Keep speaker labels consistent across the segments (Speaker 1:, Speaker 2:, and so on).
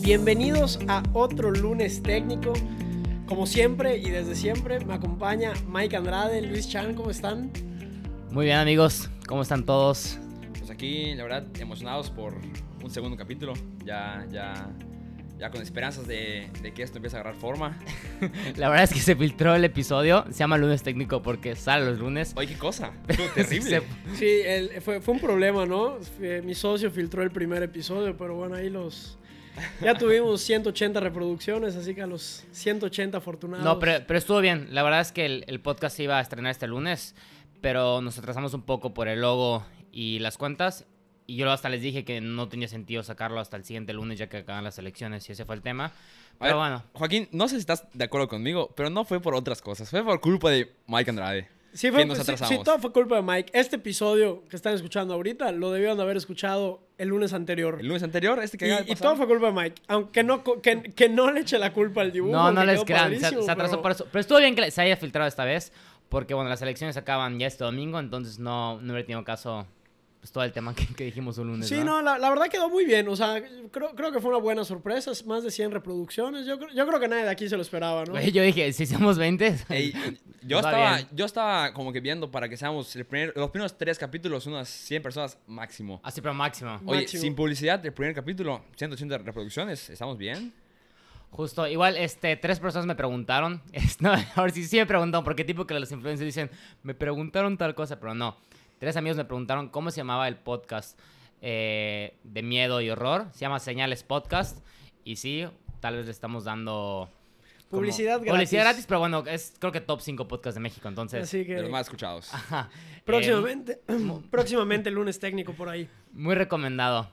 Speaker 1: Bienvenidos a otro lunes técnico. Como siempre y desde siempre me acompaña Mike Andrade, Luis Chan, ¿cómo están?
Speaker 2: Muy bien amigos, ¿cómo están todos?
Speaker 3: Pues aquí, la verdad, emocionados por un segundo capítulo. Ya, ya, ya con esperanzas de, de que esto empiece a agarrar forma.
Speaker 2: La verdad es que se filtró el episodio, se llama lunes técnico porque sale los lunes.
Speaker 3: Oye, qué cosa. Estuvo terrible.
Speaker 1: Sí, el- fue, fue un problema, ¿no? Eh, Mi socio filtró el primer episodio, pero bueno, ahí los... Ya tuvimos 180 reproducciones, así que a los 180 afortunados.
Speaker 2: No, pero, pero estuvo bien. La verdad es que el, el podcast se iba a estrenar este lunes, pero nos atrasamos un poco por el logo y las cuentas. Y yo hasta les dije que no tenía sentido sacarlo hasta el siguiente lunes ya que acaban las elecciones y ese fue el tema.
Speaker 3: A
Speaker 1: Eh,
Speaker 3: ver,
Speaker 2: Pero bueno,
Speaker 3: Joaquín, no sé si estás de acuerdo conmigo, pero no fue por otras cosas. Fue por culpa de Mike Andrade.
Speaker 1: Sí,
Speaker 3: que
Speaker 1: fue,
Speaker 3: nos
Speaker 1: sí, sí,
Speaker 3: atrasamos.
Speaker 1: todo fue culpa de Mike. Este episodio que están escuchando ahorita lo debieron de haber escuchado el lunes anterior.
Speaker 3: El lunes anterior, este que
Speaker 1: Y,
Speaker 3: acaba
Speaker 1: y
Speaker 3: de pasar.
Speaker 1: todo fue culpa de Mike. Aunque no, co- que, que no le eche la culpa al dibujo.
Speaker 2: no, no
Speaker 1: que
Speaker 2: les
Speaker 1: quedó
Speaker 2: crean, se,
Speaker 1: padrísimo,
Speaker 2: se atrasó
Speaker 1: pero-
Speaker 2: por eso. Pero estuvo bien que se haya filtrado esta vez, porque bueno, las elecciones acaban ya este domingo, entonces no, no hubiera tenido caso pues, todo el tema que, que dijimos un lunes.
Speaker 1: Sí,
Speaker 2: ¿verdad?
Speaker 1: no, la, la verdad quedó muy bien. O sea, creo, creo que fue una buena sorpresa. es Más de 100 reproducciones. Yo, creo- yo creo que nadie de aquí se lo esperaba, ¿no?
Speaker 2: Güey, yo dije, si somos 20,
Speaker 3: Ey, yo,
Speaker 2: Va
Speaker 3: estaba,
Speaker 2: bien.
Speaker 3: yo estaba como que viendo para que seamos el primer- los primeros tres capítulos, unas 100 personas máximo.
Speaker 2: así pero máximo.
Speaker 3: Oye,
Speaker 1: Ah, Máximo.
Speaker 3: sin publicidad, el primer capítulo, 180 reproducciones, ¿estamos bien?
Speaker 2: Justo, igual, este, tres personas me preguntaron. Es- No, ahora sí, sí me preguntaron, porque tipo que los influencers dicen, me preguntaron tal cosa, pero no. Tres amigos me preguntaron cómo se llamaba el podcast eh, de miedo y horror. Se llama Señales Podcast. Y sí, tal vez le estamos dando... como-
Speaker 1: Publicidad gratis. Ah,
Speaker 2: Publicidad gratis, pues, pero bueno, es creo que top 5 podcast de México, entonces...
Speaker 1: Así que Ah,
Speaker 3: De los más escuchados.
Speaker 2: ajá, eh,
Speaker 1: próximamente, próximamente el lunes técnico por ahí.
Speaker 2: muy recomendado.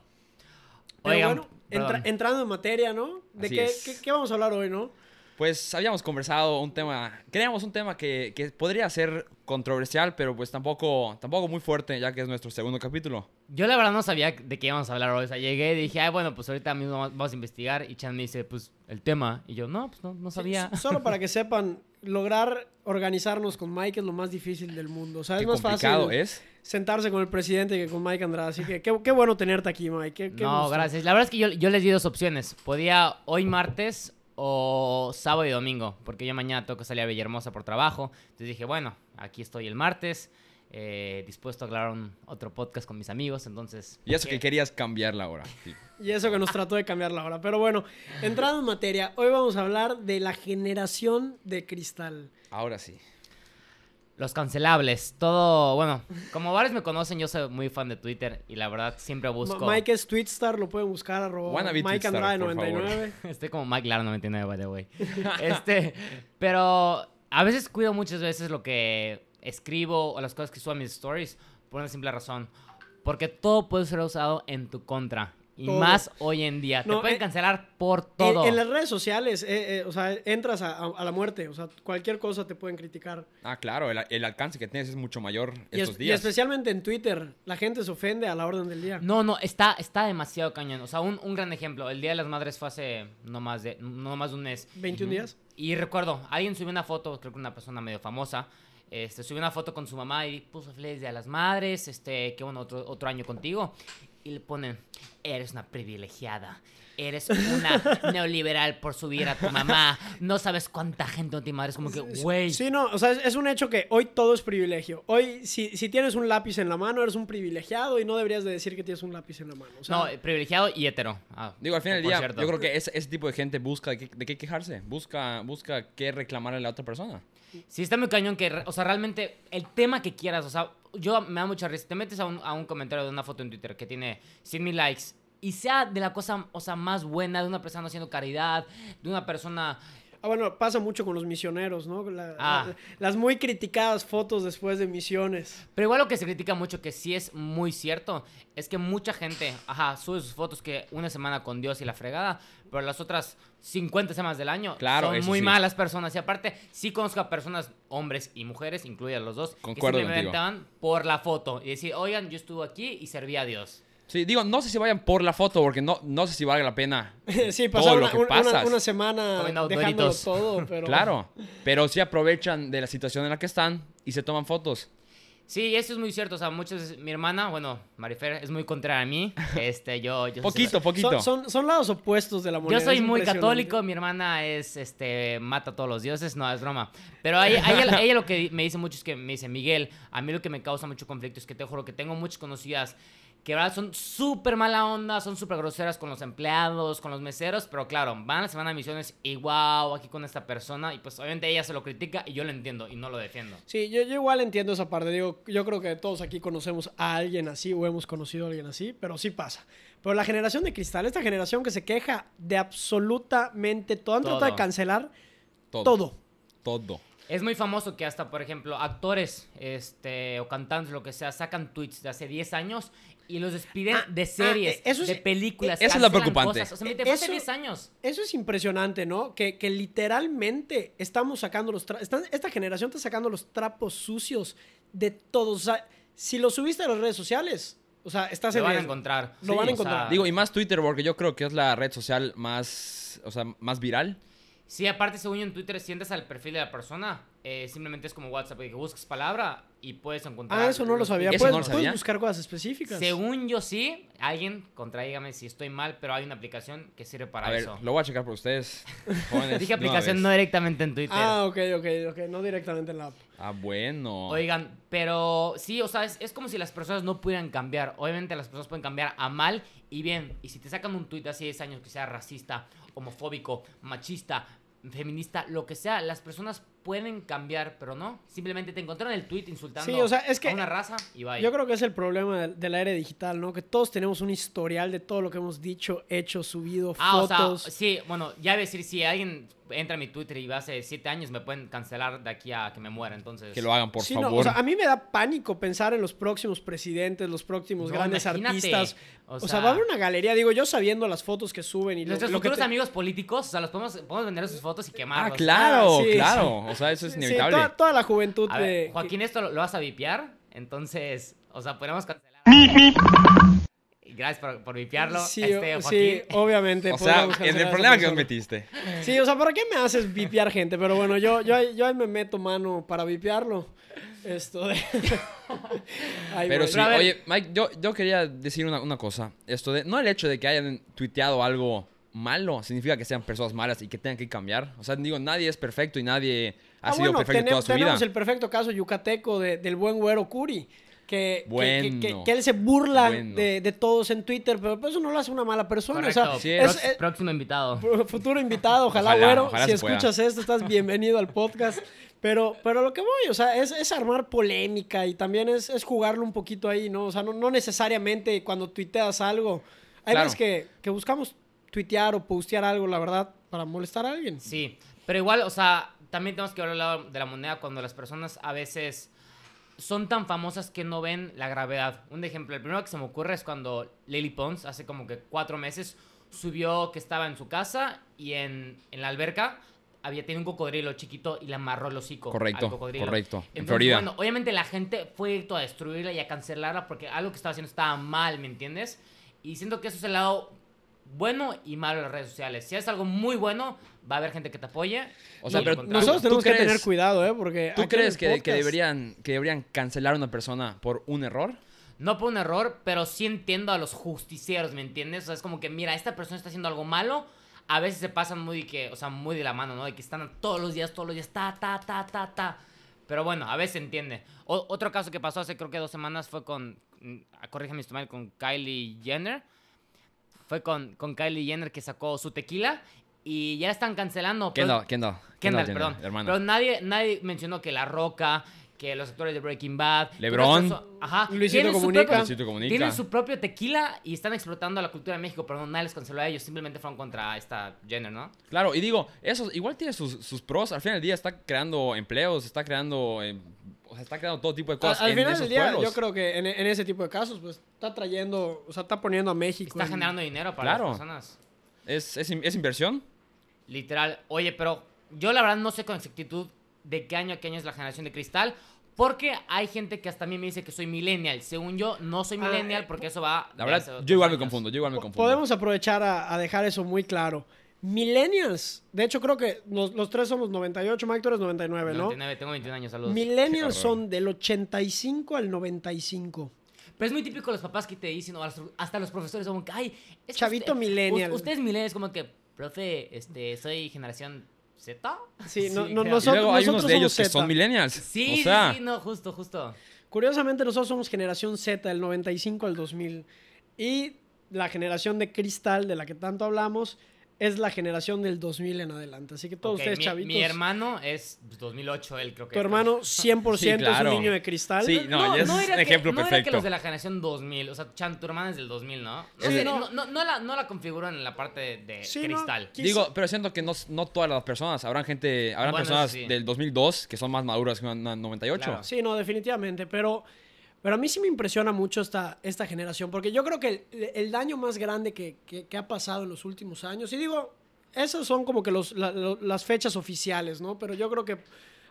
Speaker 1: Pero
Speaker 2: Oigan,
Speaker 1: bueno, entra-
Speaker 2: perdón.
Speaker 1: entrando en materia, ¿no? ¿De
Speaker 3: Así
Speaker 1: qué,
Speaker 3: es.
Speaker 1: qué- qué vamos a hablar hoy, no?
Speaker 3: Pues habíamos conversado un tema, creamos un tema que, que podría ser controversial, pero pues tampoco, tampoco muy fuerte, ya que es nuestro segundo capítulo.
Speaker 2: Yo la verdad no sabía de qué íbamos a hablar hoy. O sea, llegué y dije, ay, bueno, pues ahorita mismo vamos- vamos a investigar. Y Chan me dice, pues, el tema. Y yo, no, pues no, no sabía.
Speaker 1: S- Solo para que sepan, lograr organizarnos con Mike es lo más difícil del mundo. O sea, es
Speaker 3: Qué
Speaker 1: más
Speaker 3: complicado
Speaker 1: fácil
Speaker 3: es.
Speaker 1: sentarse con el presidente que con Mike Andrade. Así que qué, qué bueno tenerte aquí, Mike. Qué- qué
Speaker 2: No,
Speaker 1: gusto.
Speaker 2: gracias. La verdad es que yo, yo les di dos opciones. Podía hoy martes o sábado y domingo. Porque yo mañana tengo que salir a Villahermosa por trabajo. Entonces dije, bueno, aquí estoy el martes. eh, dispuesto a grabar un, otro podcast con mis amigos. Entonces.
Speaker 3: Y eso que
Speaker 2: ¿qué?
Speaker 3: querías cambiarla ahora. Sí.
Speaker 1: Y eso que nos trató de cambiar la hora. Pero bueno, entrando en materia, hoy vamos a hablar de la generación de cristal.
Speaker 3: Ahora sí.
Speaker 2: Los cancelables. Todo. Bueno, como varios me conocen, yo soy muy fan de Twitter. Y la verdad siempre
Speaker 1: Ma-
Speaker 2: busco.
Speaker 1: Mike es Twitstar, lo pueden buscar arroba
Speaker 3: Wannabe
Speaker 1: Mike
Speaker 3: Twitstar,
Speaker 1: Andrade
Speaker 3: por favor.
Speaker 1: 99.
Speaker 2: Estoy como Mike Lara 99, by the way. Este, pero a veces cuido muchas veces lo que escribo o las cosas que subo a mis stories por una simple razón. Porque todo puede ser usado en tu contra. Y
Speaker 1: Todo.
Speaker 2: más hoy en día.
Speaker 1: No,
Speaker 2: Te pueden
Speaker 1: eh,
Speaker 2: cancelar por
Speaker 1: En,
Speaker 2: todo.
Speaker 1: en las redes sociales, eh, eh, o sea, entras a, a- a la muerte. O sea, cualquier cosa te pueden criticar.
Speaker 3: Ah, claro, el, el alcance que tienes es mucho mayor
Speaker 1: Y, es-
Speaker 3: estos
Speaker 1: y
Speaker 3: días.
Speaker 1: especialmente en Twitter, la gente se ofende a la orden del día.
Speaker 2: No, no, está, está demasiado cañón. O sea, un, un gran ejemplo. El Día de las Madres fue hace no más de, no más de un mes.
Speaker 1: 21 días.
Speaker 2: Y recuerdo, alguien subió una foto, creo que una persona medio famosa, este, subió una foto con su mamá y puso feliz día a las madres, este, qué bueno, otro, otro año contigo. Y le ponen, eres una privilegiada, eres una neoliberal por subir a tu mamá, no sabes cuánta gente no tiene madre, es como que, güey.
Speaker 1: Sí, no, o sea, es, es un hecho que hoy todo es privilegio. Hoy, si, si tienes un lápiz en la mano, eres un privilegiado y no deberías de decir que tienes un lápiz en la mano. O sea,
Speaker 2: No, eh, privilegiado y hetero. Ah,
Speaker 3: Digo, al final del
Speaker 2: por
Speaker 3: día,
Speaker 2: cierto.
Speaker 3: yo creo que ese, ese tipo de gente busca de qué, de qué quejarse, busca, busca qué reclamar a la otra persona.
Speaker 2: Sí, está muy cañón que, re- o sea, realmente el tema que quieras, o sea, yo me da mucha risa. Te metes a un, a un comentario de una foto en Twitter que tiene 100 mil likes y sea de la cosa, o sea, más buena, de una persona haciendo caridad, de una persona...
Speaker 1: Ah, bueno, pasa mucho con los misioneros, ¿no? La-
Speaker 2: Ah.
Speaker 1: la- las muy criticadas fotos después de misiones.
Speaker 2: Pero igual lo que se critica mucho, que sí es muy cierto, es que mucha gente, ajá, sube sus fotos que una semana con Dios y la fregada, pero las otras 50 semanas del año
Speaker 3: Claro,
Speaker 2: son
Speaker 3: eso
Speaker 2: muy
Speaker 3: sí.
Speaker 2: malas personas. Y aparte, sí conozco a personas, hombres y mujeres, incluidas los dos,
Speaker 3: Concuerdo
Speaker 2: que
Speaker 3: contigo.
Speaker 2: simplemente van por la foto y decir, oigan, yo estuve aquí y serví a Dios.
Speaker 3: Sí, digo, no sé si vayan por la foto, porque no, no sé si valga la pena.
Speaker 1: sí,
Speaker 3: todo
Speaker 1: pasar
Speaker 3: lo
Speaker 1: una,
Speaker 3: que
Speaker 1: un- una-
Speaker 3: pasas.
Speaker 1: una semana
Speaker 2: Comiendo
Speaker 1: dejándolo
Speaker 2: Doritos.
Speaker 1: todo, pero...
Speaker 3: Claro, pero sí aprovechan de la situación en la que están y se toman fotos.
Speaker 2: Sí, eso es muy cierto. O sea, muchas. Mi hermana, bueno, Marifer, es muy contraria a mí. Este, yo. yo soy-
Speaker 3: Poquito, poquito.
Speaker 1: Son, son- son lados opuestos de la moneda.
Speaker 2: Yo soy
Speaker 1: es
Speaker 2: muy
Speaker 1: impresionante.
Speaker 2: católico, mi hermana es, este, mata a todos los dioses, no, es broma. Pero a ella, a ella- a ella lo que me dice mucho es que me dice, Miguel, a mí lo que me causa mucho conflicto es que te juro que tengo muchas conocidas que ¿verdad? son súper mala onda, son súper groseras con los empleados, con los meseros, pero claro, van a la semana de misiones y wow, aquí con esta persona, y pues obviamente ella se lo critica y yo lo entiendo y no lo defiendo.
Speaker 1: Sí, yo, yo igual entiendo esa parte. Digo, yo creo que todos aquí conocemos a alguien así o hemos conocido a alguien así, pero sí pasa. Pero la generación de cristal, esta generación que se queja de absolutamente todo, han tratado
Speaker 2: Todo.
Speaker 1: de cancelar todo.
Speaker 3: Todo.
Speaker 2: Es muy famoso que hasta, por ejemplo, actores este, o cantantes, lo que sea, sacan tweets de hace 10 años y los despiden
Speaker 1: Ah,
Speaker 2: de
Speaker 1: ah,
Speaker 2: series,
Speaker 1: eh, eso es- Eh,
Speaker 2: de películas.
Speaker 3: eh, eso es lo
Speaker 2: cancelan
Speaker 3: preocupante.
Speaker 2: cosas. O sea, me te fue hace
Speaker 1: Eso-
Speaker 2: 10 años.
Speaker 1: Eso es impresionante, ¿no? Que, que literalmente estamos sacando los trapos. Esta generación está sacando los trapos sucios de todos. O sea, si lo subiste a las redes sociales, o sea, estás
Speaker 2: Lo
Speaker 1: en
Speaker 2: van a
Speaker 1: riesgo.
Speaker 2: encontrar.
Speaker 1: Lo van a
Speaker 2: o sea,
Speaker 1: encontrar.
Speaker 3: Digo, y más Twitter, porque yo creo que es la red social más, o sea, más viral.
Speaker 2: sí, aparte, según yo en Twitter, sientes al perfil de la persona. eh, simplemente es como WhatsApp, que buscas palabra y puedes encontrar.
Speaker 1: Ah, eso no lo
Speaker 2: los
Speaker 1: sabía.
Speaker 2: tweets.
Speaker 3: Eso
Speaker 1: Puedes,
Speaker 3: no lo
Speaker 1: puedes
Speaker 3: sabía.
Speaker 1: buscar cosas específicas.
Speaker 2: Según yo sí, alguien, contraígame si estoy mal, pero hay una aplicación que sirve para
Speaker 3: a ver,
Speaker 2: eso.
Speaker 3: lo voy a checar por ustedes. jóvenes,
Speaker 2: Dije
Speaker 3: de una
Speaker 2: aplicación no
Speaker 3: vez.
Speaker 2: directamente en Twitter.
Speaker 1: Ah, ok, ok, ok. No directamente en la app.
Speaker 3: Ah, bueno.
Speaker 2: Oigan, pero sí, o sea, es, es como si las personas no pudieran cambiar. Obviamente las personas pueden cambiar a mal y bien. Y si te sacan un tuit de hace 10 años que sea racista, homofóbico, machista, feminista, lo que sea, las personas pueden cambiar, pero no. Simplemente te encontraron el tuit insultando
Speaker 1: Sí, o sea, es que-
Speaker 2: a una raza y va.
Speaker 1: Yo creo que es el problema del, del aire digital, ¿no? Que todos tenemos un historial de todo lo que hemos dicho, hecho, subido,
Speaker 2: Ah, o
Speaker 1: fotos.
Speaker 2: sea, sí, bueno, ya voy a decir, si alguien entra a mi Twitter y va hace 7 años, me pueden cancelar de aquí a que me muera, entonces...
Speaker 3: Que lo hagan, por
Speaker 1: Sí, no,
Speaker 3: favor.
Speaker 1: o sea, a mí me da pánico pensar en los próximos presidentes, los próximos
Speaker 2: No,
Speaker 1: grandes
Speaker 2: imagínate.
Speaker 1: artistas.
Speaker 2: O
Speaker 1: O, sea,
Speaker 2: sea-
Speaker 1: va a haber una galería, digo, yo sabiendo las fotos que suben y lo,
Speaker 2: Nuestros
Speaker 1: lo que
Speaker 2: futuros
Speaker 1: te-
Speaker 2: amigos políticos, o sea, los podemos, podemos vender sus fotos y quemarlos.
Speaker 3: ah, claro,
Speaker 1: Ah, sí,
Speaker 3: claro. O sea, eso es
Speaker 1: Sí,
Speaker 3: inevitable.
Speaker 1: toda, toda la juventud
Speaker 2: A
Speaker 1: de...
Speaker 2: ver, Joaquín, esto lo, lo vas a vipear, entonces, o sea, podemos cancelar. Y Gracias por, por vipearlo,
Speaker 1: Sí,
Speaker 2: este,
Speaker 1: o- sí,
Speaker 2: Joaquín.
Speaker 1: obviamente.
Speaker 3: o sea,
Speaker 1: podríamos
Speaker 3: en
Speaker 1: cancelar a
Speaker 3: el
Speaker 1: esa
Speaker 3: problema que nos
Speaker 1: persona.
Speaker 3: metiste.
Speaker 1: Sí, o sea, ¿para qué me haces vipear gente? Pero bueno, yo, yo, ahí- yo ahí me meto mano para vipearlo. Esto de... Ahí
Speaker 3: Pero
Speaker 1: voy.
Speaker 3: sí,
Speaker 2: Pero a ver-
Speaker 3: oye, Mike, yo, yo quería decir una, una cosa. Esto de, no el hecho de que hayan tuiteado algo malo significa que sean personas malas y que tengan que cambiar. O sea, digo, nadie es perfecto y nadie ha
Speaker 1: Ah,
Speaker 3: sido
Speaker 1: bueno,
Speaker 3: perfecto
Speaker 1: tenemos,
Speaker 3: toda su vida.
Speaker 1: tenemos el perfecto caso yucateco de- del buen güero Curi. Que, que- que- que-
Speaker 3: Bueno.
Speaker 1: que él se burla
Speaker 3: Bueno.
Speaker 1: de, de todos en Twitter, pero pues eso no lo hace una mala persona. o sea,
Speaker 2: Correcto,
Speaker 3: Sí,
Speaker 1: es-
Speaker 2: prox-
Speaker 1: es-
Speaker 2: próximo invitado.
Speaker 1: futuro invitado, ojalá,
Speaker 3: Ojalá,
Speaker 1: güero.
Speaker 3: ojalá
Speaker 1: si
Speaker 3: se pueda.
Speaker 1: escuchas esto, estás bienvenido al podcast. Pero, pero lo que voy, o sea, es, es armar polémica y también es, es jugarlo un poquito ahí, ¿no? O sea, no, no necesariamente cuando tuiteas algo. Hay
Speaker 3: Claro.
Speaker 1: veces que, que buscamos tuitear o postear algo, la verdad, para molestar a alguien.
Speaker 2: Sí, pero igual, o sea, también tenemos que hablar de la moneda cuando las personas a veces son tan famosas que no ven la gravedad. Un ejemplo, el primero que se me ocurre es cuando Lily Pons hace como que cuatro meses subió que estaba en su casa y en, en la alberca había tenido un cocodrilo chiquito y le amarró el hocico.
Speaker 3: Correcto,
Speaker 2: al cocodrilo.
Speaker 3: correcto. En
Speaker 2: Entonces,
Speaker 3: Florida.
Speaker 2: bueno, obviamente la gente fue directo a destruirla y a cancelarla porque algo que estaba haciendo estaba mal, ¿me entiendes? Y siento que eso es el lado bueno y malo de las redes sociales. Si es algo muy bueno, va a haber gente que te apoye.
Speaker 3: O sea,
Speaker 2: y
Speaker 3: pero
Speaker 2: lo contrario.
Speaker 1: Nosotros
Speaker 3: ¿Tú
Speaker 1: tenemos que
Speaker 3: crees-
Speaker 1: tener cuidado, ¿eh? Porque aquí
Speaker 3: ¿Tú
Speaker 1: en
Speaker 3: crees
Speaker 1: el
Speaker 3: que, que
Speaker 1: podcast-
Speaker 3: deberían, que deberían cancelar a una persona por un error?
Speaker 2: No por un error, pero sí entiendo a los justicieros, ¿me entiendes? O sea, es como que, mira, esta persona está haciendo algo malo. A veces se pasan muy que, o sea, muy de la mano, ¿no? De que están todos los días, todos los días, ta, ta, ta, ta, ta. Pero bueno, a veces se entiende. O- otro caso que pasó hace creo que dos semanas fue con, mm, corrígeme si estoy mal, con Kylie Jenner. Fue con, con Kylie Jenner que sacó su tequila y ya la están cancelando. pero-
Speaker 3: Kendall, Kendall.
Speaker 2: Kendall,
Speaker 3: Jenner,
Speaker 2: perdón.
Speaker 3: hermano.
Speaker 2: Pero nadie, nadie mencionó que La Roca, que los actores de Breaking Bad.
Speaker 3: LeBron.
Speaker 2: todas esas- Ajá.
Speaker 1: Luisito
Speaker 2: tienen su
Speaker 1: Comunica.
Speaker 2: propio-
Speaker 3: Luisito Comunica.
Speaker 2: Tienen su propio tequila y están explotando la cultura de México, pero no, nadie les canceló a ellos. Simplemente fueron contra esta Jenner, ¿no?
Speaker 3: Claro, y digo, eso igual tiene sus, sus pros. Al final del día está creando empleos, está creando, eh, o sea, está creando todo tipo de
Speaker 1: Al,
Speaker 3: cosas.
Speaker 1: al
Speaker 3: en
Speaker 1: final
Speaker 3: esos
Speaker 1: del día,
Speaker 3: pueblos.
Speaker 1: yo creo que en, en ese tipo de casos, pues está trayendo, o sea, está poniendo a México.
Speaker 2: Está
Speaker 1: en-
Speaker 2: generando dinero para
Speaker 3: Claro.
Speaker 2: las personas.
Speaker 3: ¿Es, es, in- es inversión?
Speaker 2: Literal. Oye, pero yo la verdad no sé con exactitud de qué año a qué año es la generación de cristal. Porque hay gente que hasta a mí me dice que soy millennial. Según yo, no soy
Speaker 1: Ah,
Speaker 2: millennial
Speaker 1: eh,
Speaker 2: porque eso va.
Speaker 3: La
Speaker 2: de
Speaker 3: verdad,
Speaker 2: hace
Speaker 3: yo igual me
Speaker 2: años.
Speaker 3: confundo, yo igual me
Speaker 1: Po-
Speaker 3: confundo.
Speaker 1: Podemos aprovechar a, a dejar eso muy claro. Millennials. De hecho, creo que los, los tres somos 98, Mike, tú eres 99, ¿no?
Speaker 2: 99, tengo 21 años, saludos.
Speaker 1: Millennials
Speaker 3: Qué horror.
Speaker 1: son del 85 al 95.
Speaker 2: Pero es muy típico los papás que te dicen, o hasta- hasta los profesores, como que, ay, es que
Speaker 1: Chavito
Speaker 2: usted-
Speaker 1: millennial.
Speaker 2: u- Usted es millennial, es como que, profe, este, soy generación Z.
Speaker 1: Sí, no-
Speaker 2: Sí,
Speaker 1: no-
Speaker 2: ya.
Speaker 3: Y
Speaker 1: nosotros-
Speaker 3: luego hay unos
Speaker 1: nosotros
Speaker 3: de ellos
Speaker 1: somos
Speaker 3: que
Speaker 1: Zeta.
Speaker 3: son millennials.
Speaker 2: Sí,
Speaker 3: o sea,
Speaker 2: sí, sí, no, justo, justo.
Speaker 1: Curiosamente, nosotros somos generación Z, del 95 al 2000. Y la generación de cristal de la que tanto hablamos es la generación del 2000 en adelante. Así que todos
Speaker 2: Ok,
Speaker 1: ustedes,
Speaker 2: mi,
Speaker 1: chavitos.
Speaker 2: Mi hermano es pues, 2008, él creo que.
Speaker 1: Tu hermano 100%
Speaker 3: Sí, claro.
Speaker 1: es un niño de cristal.
Speaker 3: Sí, no, ya es
Speaker 2: era
Speaker 3: un
Speaker 2: que-
Speaker 3: ejemplo
Speaker 2: no era que
Speaker 3: perfecto.
Speaker 2: los de la generación 2000, o sea, Chan, tu hermana es del 2000, ¿no? No,
Speaker 3: Sí.
Speaker 2: sé, no, no, no la, no la configuran en la parte de, de
Speaker 1: Sí, no.
Speaker 2: cristal.
Speaker 1: Quizá-
Speaker 3: Digo, pero siento que no, no todas las personas, habrán gente, habrán
Speaker 2: Bueno, eso
Speaker 3: personas
Speaker 2: sí.
Speaker 3: del 2002 que son más maduras que una una 98.
Speaker 2: Claro.
Speaker 1: Sí, no, definitivamente. Pero, pero a mí sí me impresiona mucho esta, esta generación, porque yo creo que el, el daño más grande que, que- que ha pasado en los últimos años, y digo, esas son como que los- la- lo- las fechas oficiales, ¿no? Pero yo creo que...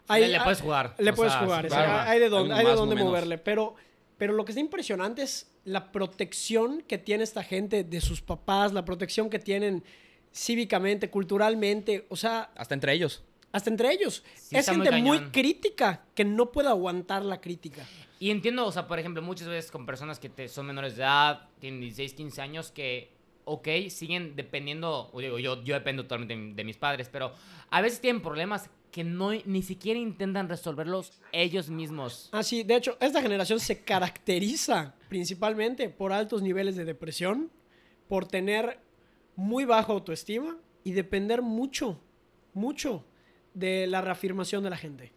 Speaker 1: hay-
Speaker 2: Le- le
Speaker 1: hay-
Speaker 2: puedes jugar.
Speaker 1: ah, Le
Speaker 2: O
Speaker 1: puedes
Speaker 2: sea,
Speaker 1: jugar,
Speaker 2: sí,
Speaker 1: o sea,
Speaker 3: claro.
Speaker 1: hay de dónde,
Speaker 3: Alguno
Speaker 1: hay de
Speaker 3: más,
Speaker 1: dónde
Speaker 3: uno menos.
Speaker 1: moverle. Pero, pero lo que está impresionante es la protección que tiene esta gente de sus papás, la protección que tienen cívicamente, culturalmente, o sea,
Speaker 3: Hasta entre ellos.
Speaker 1: hasta entre ellos.
Speaker 2: Sí,
Speaker 1: es
Speaker 2: está
Speaker 1: gente
Speaker 2: muy
Speaker 1: muy,
Speaker 2: cañón.
Speaker 1: crítica que no puede aguantar la crítica.
Speaker 2: Y entiendo, o sea, por ejemplo, muchas veces con personas que te- son menores de edad, tienen 16, 15 años, que, ok, siguen dependiendo, o digo, yo, yo dependo totalmente de, mi- de mis padres, pero a veces tienen problemas que no, ni siquiera intentan resolverlos ellos mismos.
Speaker 1: Ah, sí, de hecho, esta generación se caracteriza principalmente por altos niveles de depresión, por tener muy baja autoestima y depender mucho, mucho de la reafirmación de la gente.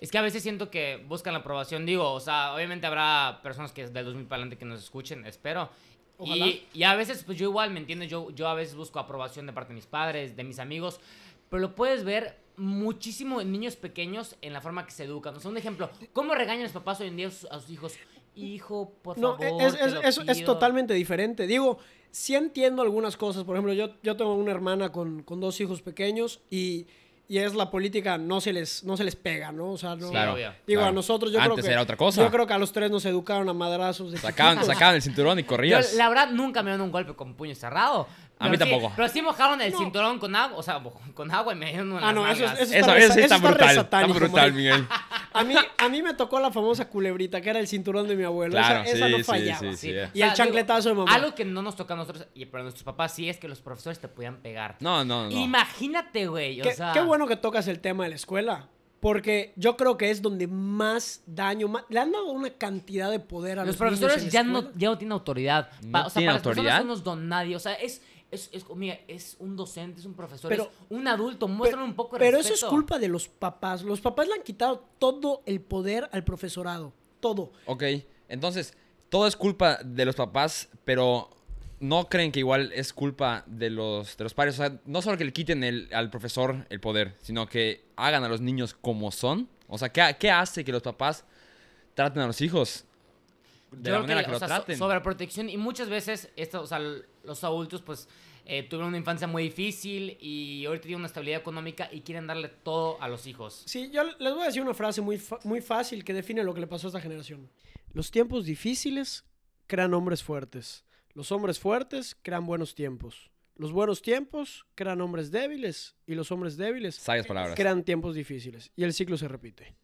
Speaker 2: Es que a veces siento que buscan la aprobación, digo, o sea, obviamente habrá personas que del 2000 para adelante que nos escuchen, espero.
Speaker 1: Ojalá.
Speaker 2: Y, y a veces, pues yo igual, ¿me entiendes? Yo, yo a veces busco aprobación de parte de mis padres, de mis amigos, pero lo puedes ver muchísimo en niños pequeños en la forma que se educan. O sea, un ejemplo, ¿cómo regañan los papás hoy en día a sus, a sus hijos? Hijo, por
Speaker 1: No,
Speaker 2: favor.
Speaker 1: es,
Speaker 2: te
Speaker 1: es-
Speaker 2: lo
Speaker 1: es- es
Speaker 2: pido".
Speaker 1: totalmente diferente. Digo, sí entiendo algunas cosas. Por ejemplo, yo, yo tengo una hermana con, con dos hijos pequeños y, y es la política, no se les, no se les pega, ¿no? O sea, no.
Speaker 2: Sí,
Speaker 3: Claro.
Speaker 2: obvio.
Speaker 1: Digo,
Speaker 3: claro.
Speaker 1: a nosotros yo
Speaker 3: Antes
Speaker 1: creo que.
Speaker 3: era otra cosa.
Speaker 1: Yo creo que a los tres nos educaron a madrazos. de
Speaker 3: Sacaban,
Speaker 1: chiquitos.
Speaker 3: sacaban el cinturón y
Speaker 2: Yo,
Speaker 3: corrías.
Speaker 2: la verdad, nunca me dieron un golpe con puño cerrado.
Speaker 3: A
Speaker 2: pero
Speaker 3: mí
Speaker 2: sí-
Speaker 3: tampoco.
Speaker 2: Pero sí mojaron el
Speaker 1: No.
Speaker 2: cinturón con agua, o sea, con agua y me dieron una.
Speaker 1: Ah, no, eso es- eso
Speaker 3: Esa
Speaker 1: está re-
Speaker 3: vez sí
Speaker 1: eso
Speaker 3: está
Speaker 1: está re
Speaker 3: brutal. Está
Speaker 1: satánico,
Speaker 3: brutal,
Speaker 1: Mike.
Speaker 3: Miguel.
Speaker 1: A mí, a mí me tocó la famosa culebrita, que era el cinturón de mi abuelo.
Speaker 3: Claro,
Speaker 1: esa, esa
Speaker 3: sí,
Speaker 1: no
Speaker 3: sí,
Speaker 1: fallaba.
Speaker 3: sí, sí.
Speaker 1: Y el chancletazo de mamá.
Speaker 2: Algo que no nos toca a nosotros, y para nuestros papás, sí es que los profesores te podían pegar.
Speaker 3: No, no, no.
Speaker 2: Imagínate, güey.
Speaker 1: Qué,
Speaker 2: O sea,
Speaker 1: qué bueno que tocas el tema de la escuela. Porque yo creo que es donde más daño, más- le han dado una cantidad de poder a los,
Speaker 2: Los profesores
Speaker 1: niños en
Speaker 2: ya
Speaker 1: la
Speaker 2: no,
Speaker 1: escuela.
Speaker 2: ya no tienen autoridad.
Speaker 3: No
Speaker 2: Pa- o sea,
Speaker 3: tienen
Speaker 2: para las personas
Speaker 3: autoridad.
Speaker 2: son los don nadie. O sea, es, es, es, mira, es un docente, es un profesor,
Speaker 1: Pero-
Speaker 2: es un adulto. Muéstrame un poco de
Speaker 1: Pero
Speaker 2: respeto.
Speaker 1: eso es culpa de los papás. Los papás le han quitado todo el poder al profesorado. Todo.
Speaker 3: Ok, entonces, todo es culpa de los papás, pero no creen que igual es culpa de los, de los padres. O sea, no solo que le quiten el- al profesor el poder, sino que hagan a los niños como son. O sea, ¿qué, qué hace que los papás traten a los hijos? De
Speaker 2: Yo
Speaker 3: la
Speaker 2: creo
Speaker 3: manera que,
Speaker 2: o
Speaker 3: lo
Speaker 2: sea, so-
Speaker 3: traten.
Speaker 2: sobreprotección. Y muchas veces, esto, o sea, l- los adultos, pues, eh, tuvieron una infancia muy difícil y ahorita tienen una estabilidad económica y quieren darle todo a los hijos.
Speaker 1: Sí, yo les voy a decir una frase muy, fa- muy fácil que define lo que le pasó a esta generación. Los tiempos difíciles crean hombres fuertes. Los hombres fuertes crean buenos tiempos. Los buenos tiempos crean hombres débiles. Y los hombres débiles
Speaker 3: Sabias palabras.
Speaker 1: crean tiempos difíciles y el ciclo se repite.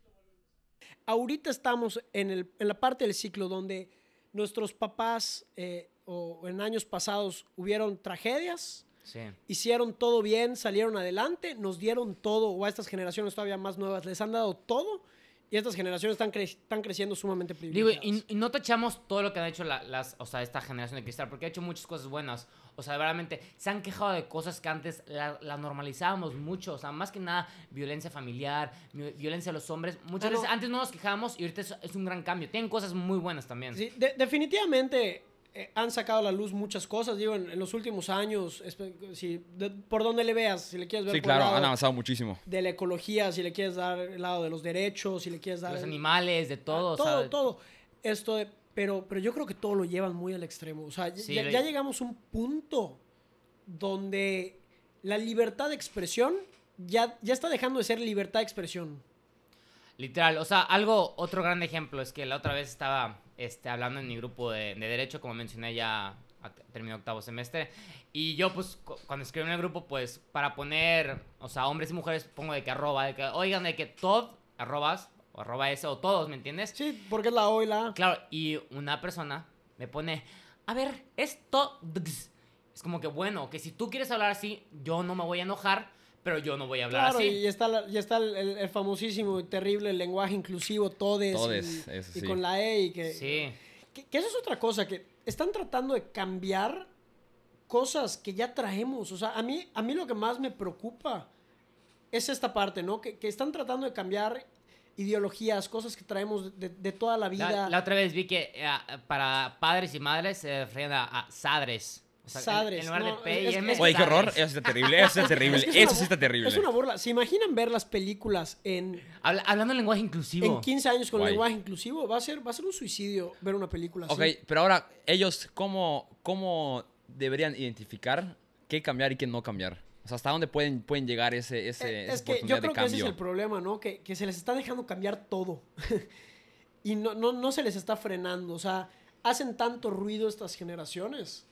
Speaker 1: Ahorita estamos en, el- en la parte del ciclo donde nuestros papás eh, o en años pasados hubieron tragedias,
Speaker 2: Sí.
Speaker 1: hicieron todo bien, salieron adelante, nos dieron todo, o a estas generaciones todavía más nuevas les han dado todo y estas generaciones están, cre- están creciendo sumamente
Speaker 2: Digo,
Speaker 1: privilegiadas.
Speaker 2: y, y no tachamos todo lo que han hecho la- las, o sea, esta generación de cristal, porque ha hecho muchas cosas buenas. O sea, verdaderamente, se han quejado de cosas que antes la, la normalizábamos mucho. O sea, más que nada, violencia familiar, vi- violencia a los hombres. Muchas
Speaker 1: Ah, no.
Speaker 2: veces, antes no nos quejábamos y ahorita es, es un gran cambio. Tienen cosas muy buenas también.
Speaker 1: Sí, de- definitivamente eh, han sacado a la luz muchas cosas, digo, en, en los últimos años, espe- si, de- por donde le veas, si le quieres ver
Speaker 3: Sí,
Speaker 1: por el
Speaker 3: claro,
Speaker 1: lado-
Speaker 3: han avanzado muchísimo.
Speaker 1: de la ecología, si le quieres dar el lado de los derechos, si le quieres
Speaker 2: De
Speaker 1: dar...
Speaker 2: los
Speaker 1: el-
Speaker 2: animales, de todo. o sea,
Speaker 1: todo, todo. Esto de- pero, pero yo creo que todo lo llevan muy al extremo. O sea, ya-
Speaker 2: Sí,
Speaker 1: ya,
Speaker 2: lo-
Speaker 1: ya llegamos a un punto donde la libertad de expresión ya, ya está dejando de ser libertad de expresión.
Speaker 2: Literal, o sea, algo, otro gran ejemplo es que la otra vez estaba este, hablando en mi grupo de, de derecho, como mencioné ya oct- terminé octavo semestre. Y yo, pues, cu- cuando escribí en el grupo, pues, para poner, o sea, hombres y mujeres, pongo de que arroba, de que, oigan, de que Todd, arrobas, o arroba ese, o todos, ¿me entiendes?
Speaker 1: Sí, porque es la O y la A.
Speaker 2: Claro, y una persona me pone, a ver, esto... dgs". Es como que, bueno, que si tú quieres hablar así, yo no me voy a enojar, pero yo no voy a hablar
Speaker 1: Claro,
Speaker 2: así.
Speaker 1: y está, la- y está el, el- el famosísimo y terrible lenguaje inclusivo, todes.
Speaker 3: Todes,
Speaker 1: y,
Speaker 3: eso
Speaker 1: y
Speaker 3: sí.
Speaker 1: con la E y que.
Speaker 2: Sí,
Speaker 1: Que, que eso es otra cosa, que están tratando de cambiar cosas que ya traemos. O sea, a mí, a mí lo que más me preocupa es esta parte, ¿no? Que, que están tratando de cambiar ideologías, cosas que traemos de, de toda la vida.
Speaker 2: la, la otra vez vi que eh, para padres y madres se referían a, a sadres. O sea, en-
Speaker 1: Sadres,
Speaker 2: En, lugar
Speaker 1: no,
Speaker 2: de P y
Speaker 1: es-
Speaker 2: M,
Speaker 1: es-
Speaker 3: Oye, qué horror.
Speaker 2: sadres.
Speaker 3: Eso sí está terrible. Eso sí está terrible.
Speaker 1: Es que es
Speaker 3: eso
Speaker 1: una
Speaker 3: sí está
Speaker 1: bu-
Speaker 3: terrible.
Speaker 1: Es una burla. ¿Se imaginan ver las películas en,
Speaker 2: Habla- hablando en lenguaje inclusivo.
Speaker 1: en 15 años con
Speaker 3: Guay.
Speaker 1: lenguaje inclusivo? Va a ser, va a ser un suicidio ver una película así.
Speaker 3: Ok, pero ahora, ellos, ¿cómo, cómo deberían identificar qué cambiar y qué no cambiar? O sea, ¿hasta dónde pueden, pueden llegar ese, ese,
Speaker 1: Eh,
Speaker 3: esa
Speaker 1: es que
Speaker 3: oportunidad
Speaker 1: yo creo
Speaker 3: de
Speaker 1: que ese
Speaker 3: cambio?
Speaker 1: es el problema, ¿no? Que, que se les está dejando cambiar todo. y no, no, no se les está frenando. O sea, hacen tanto ruido estas generaciones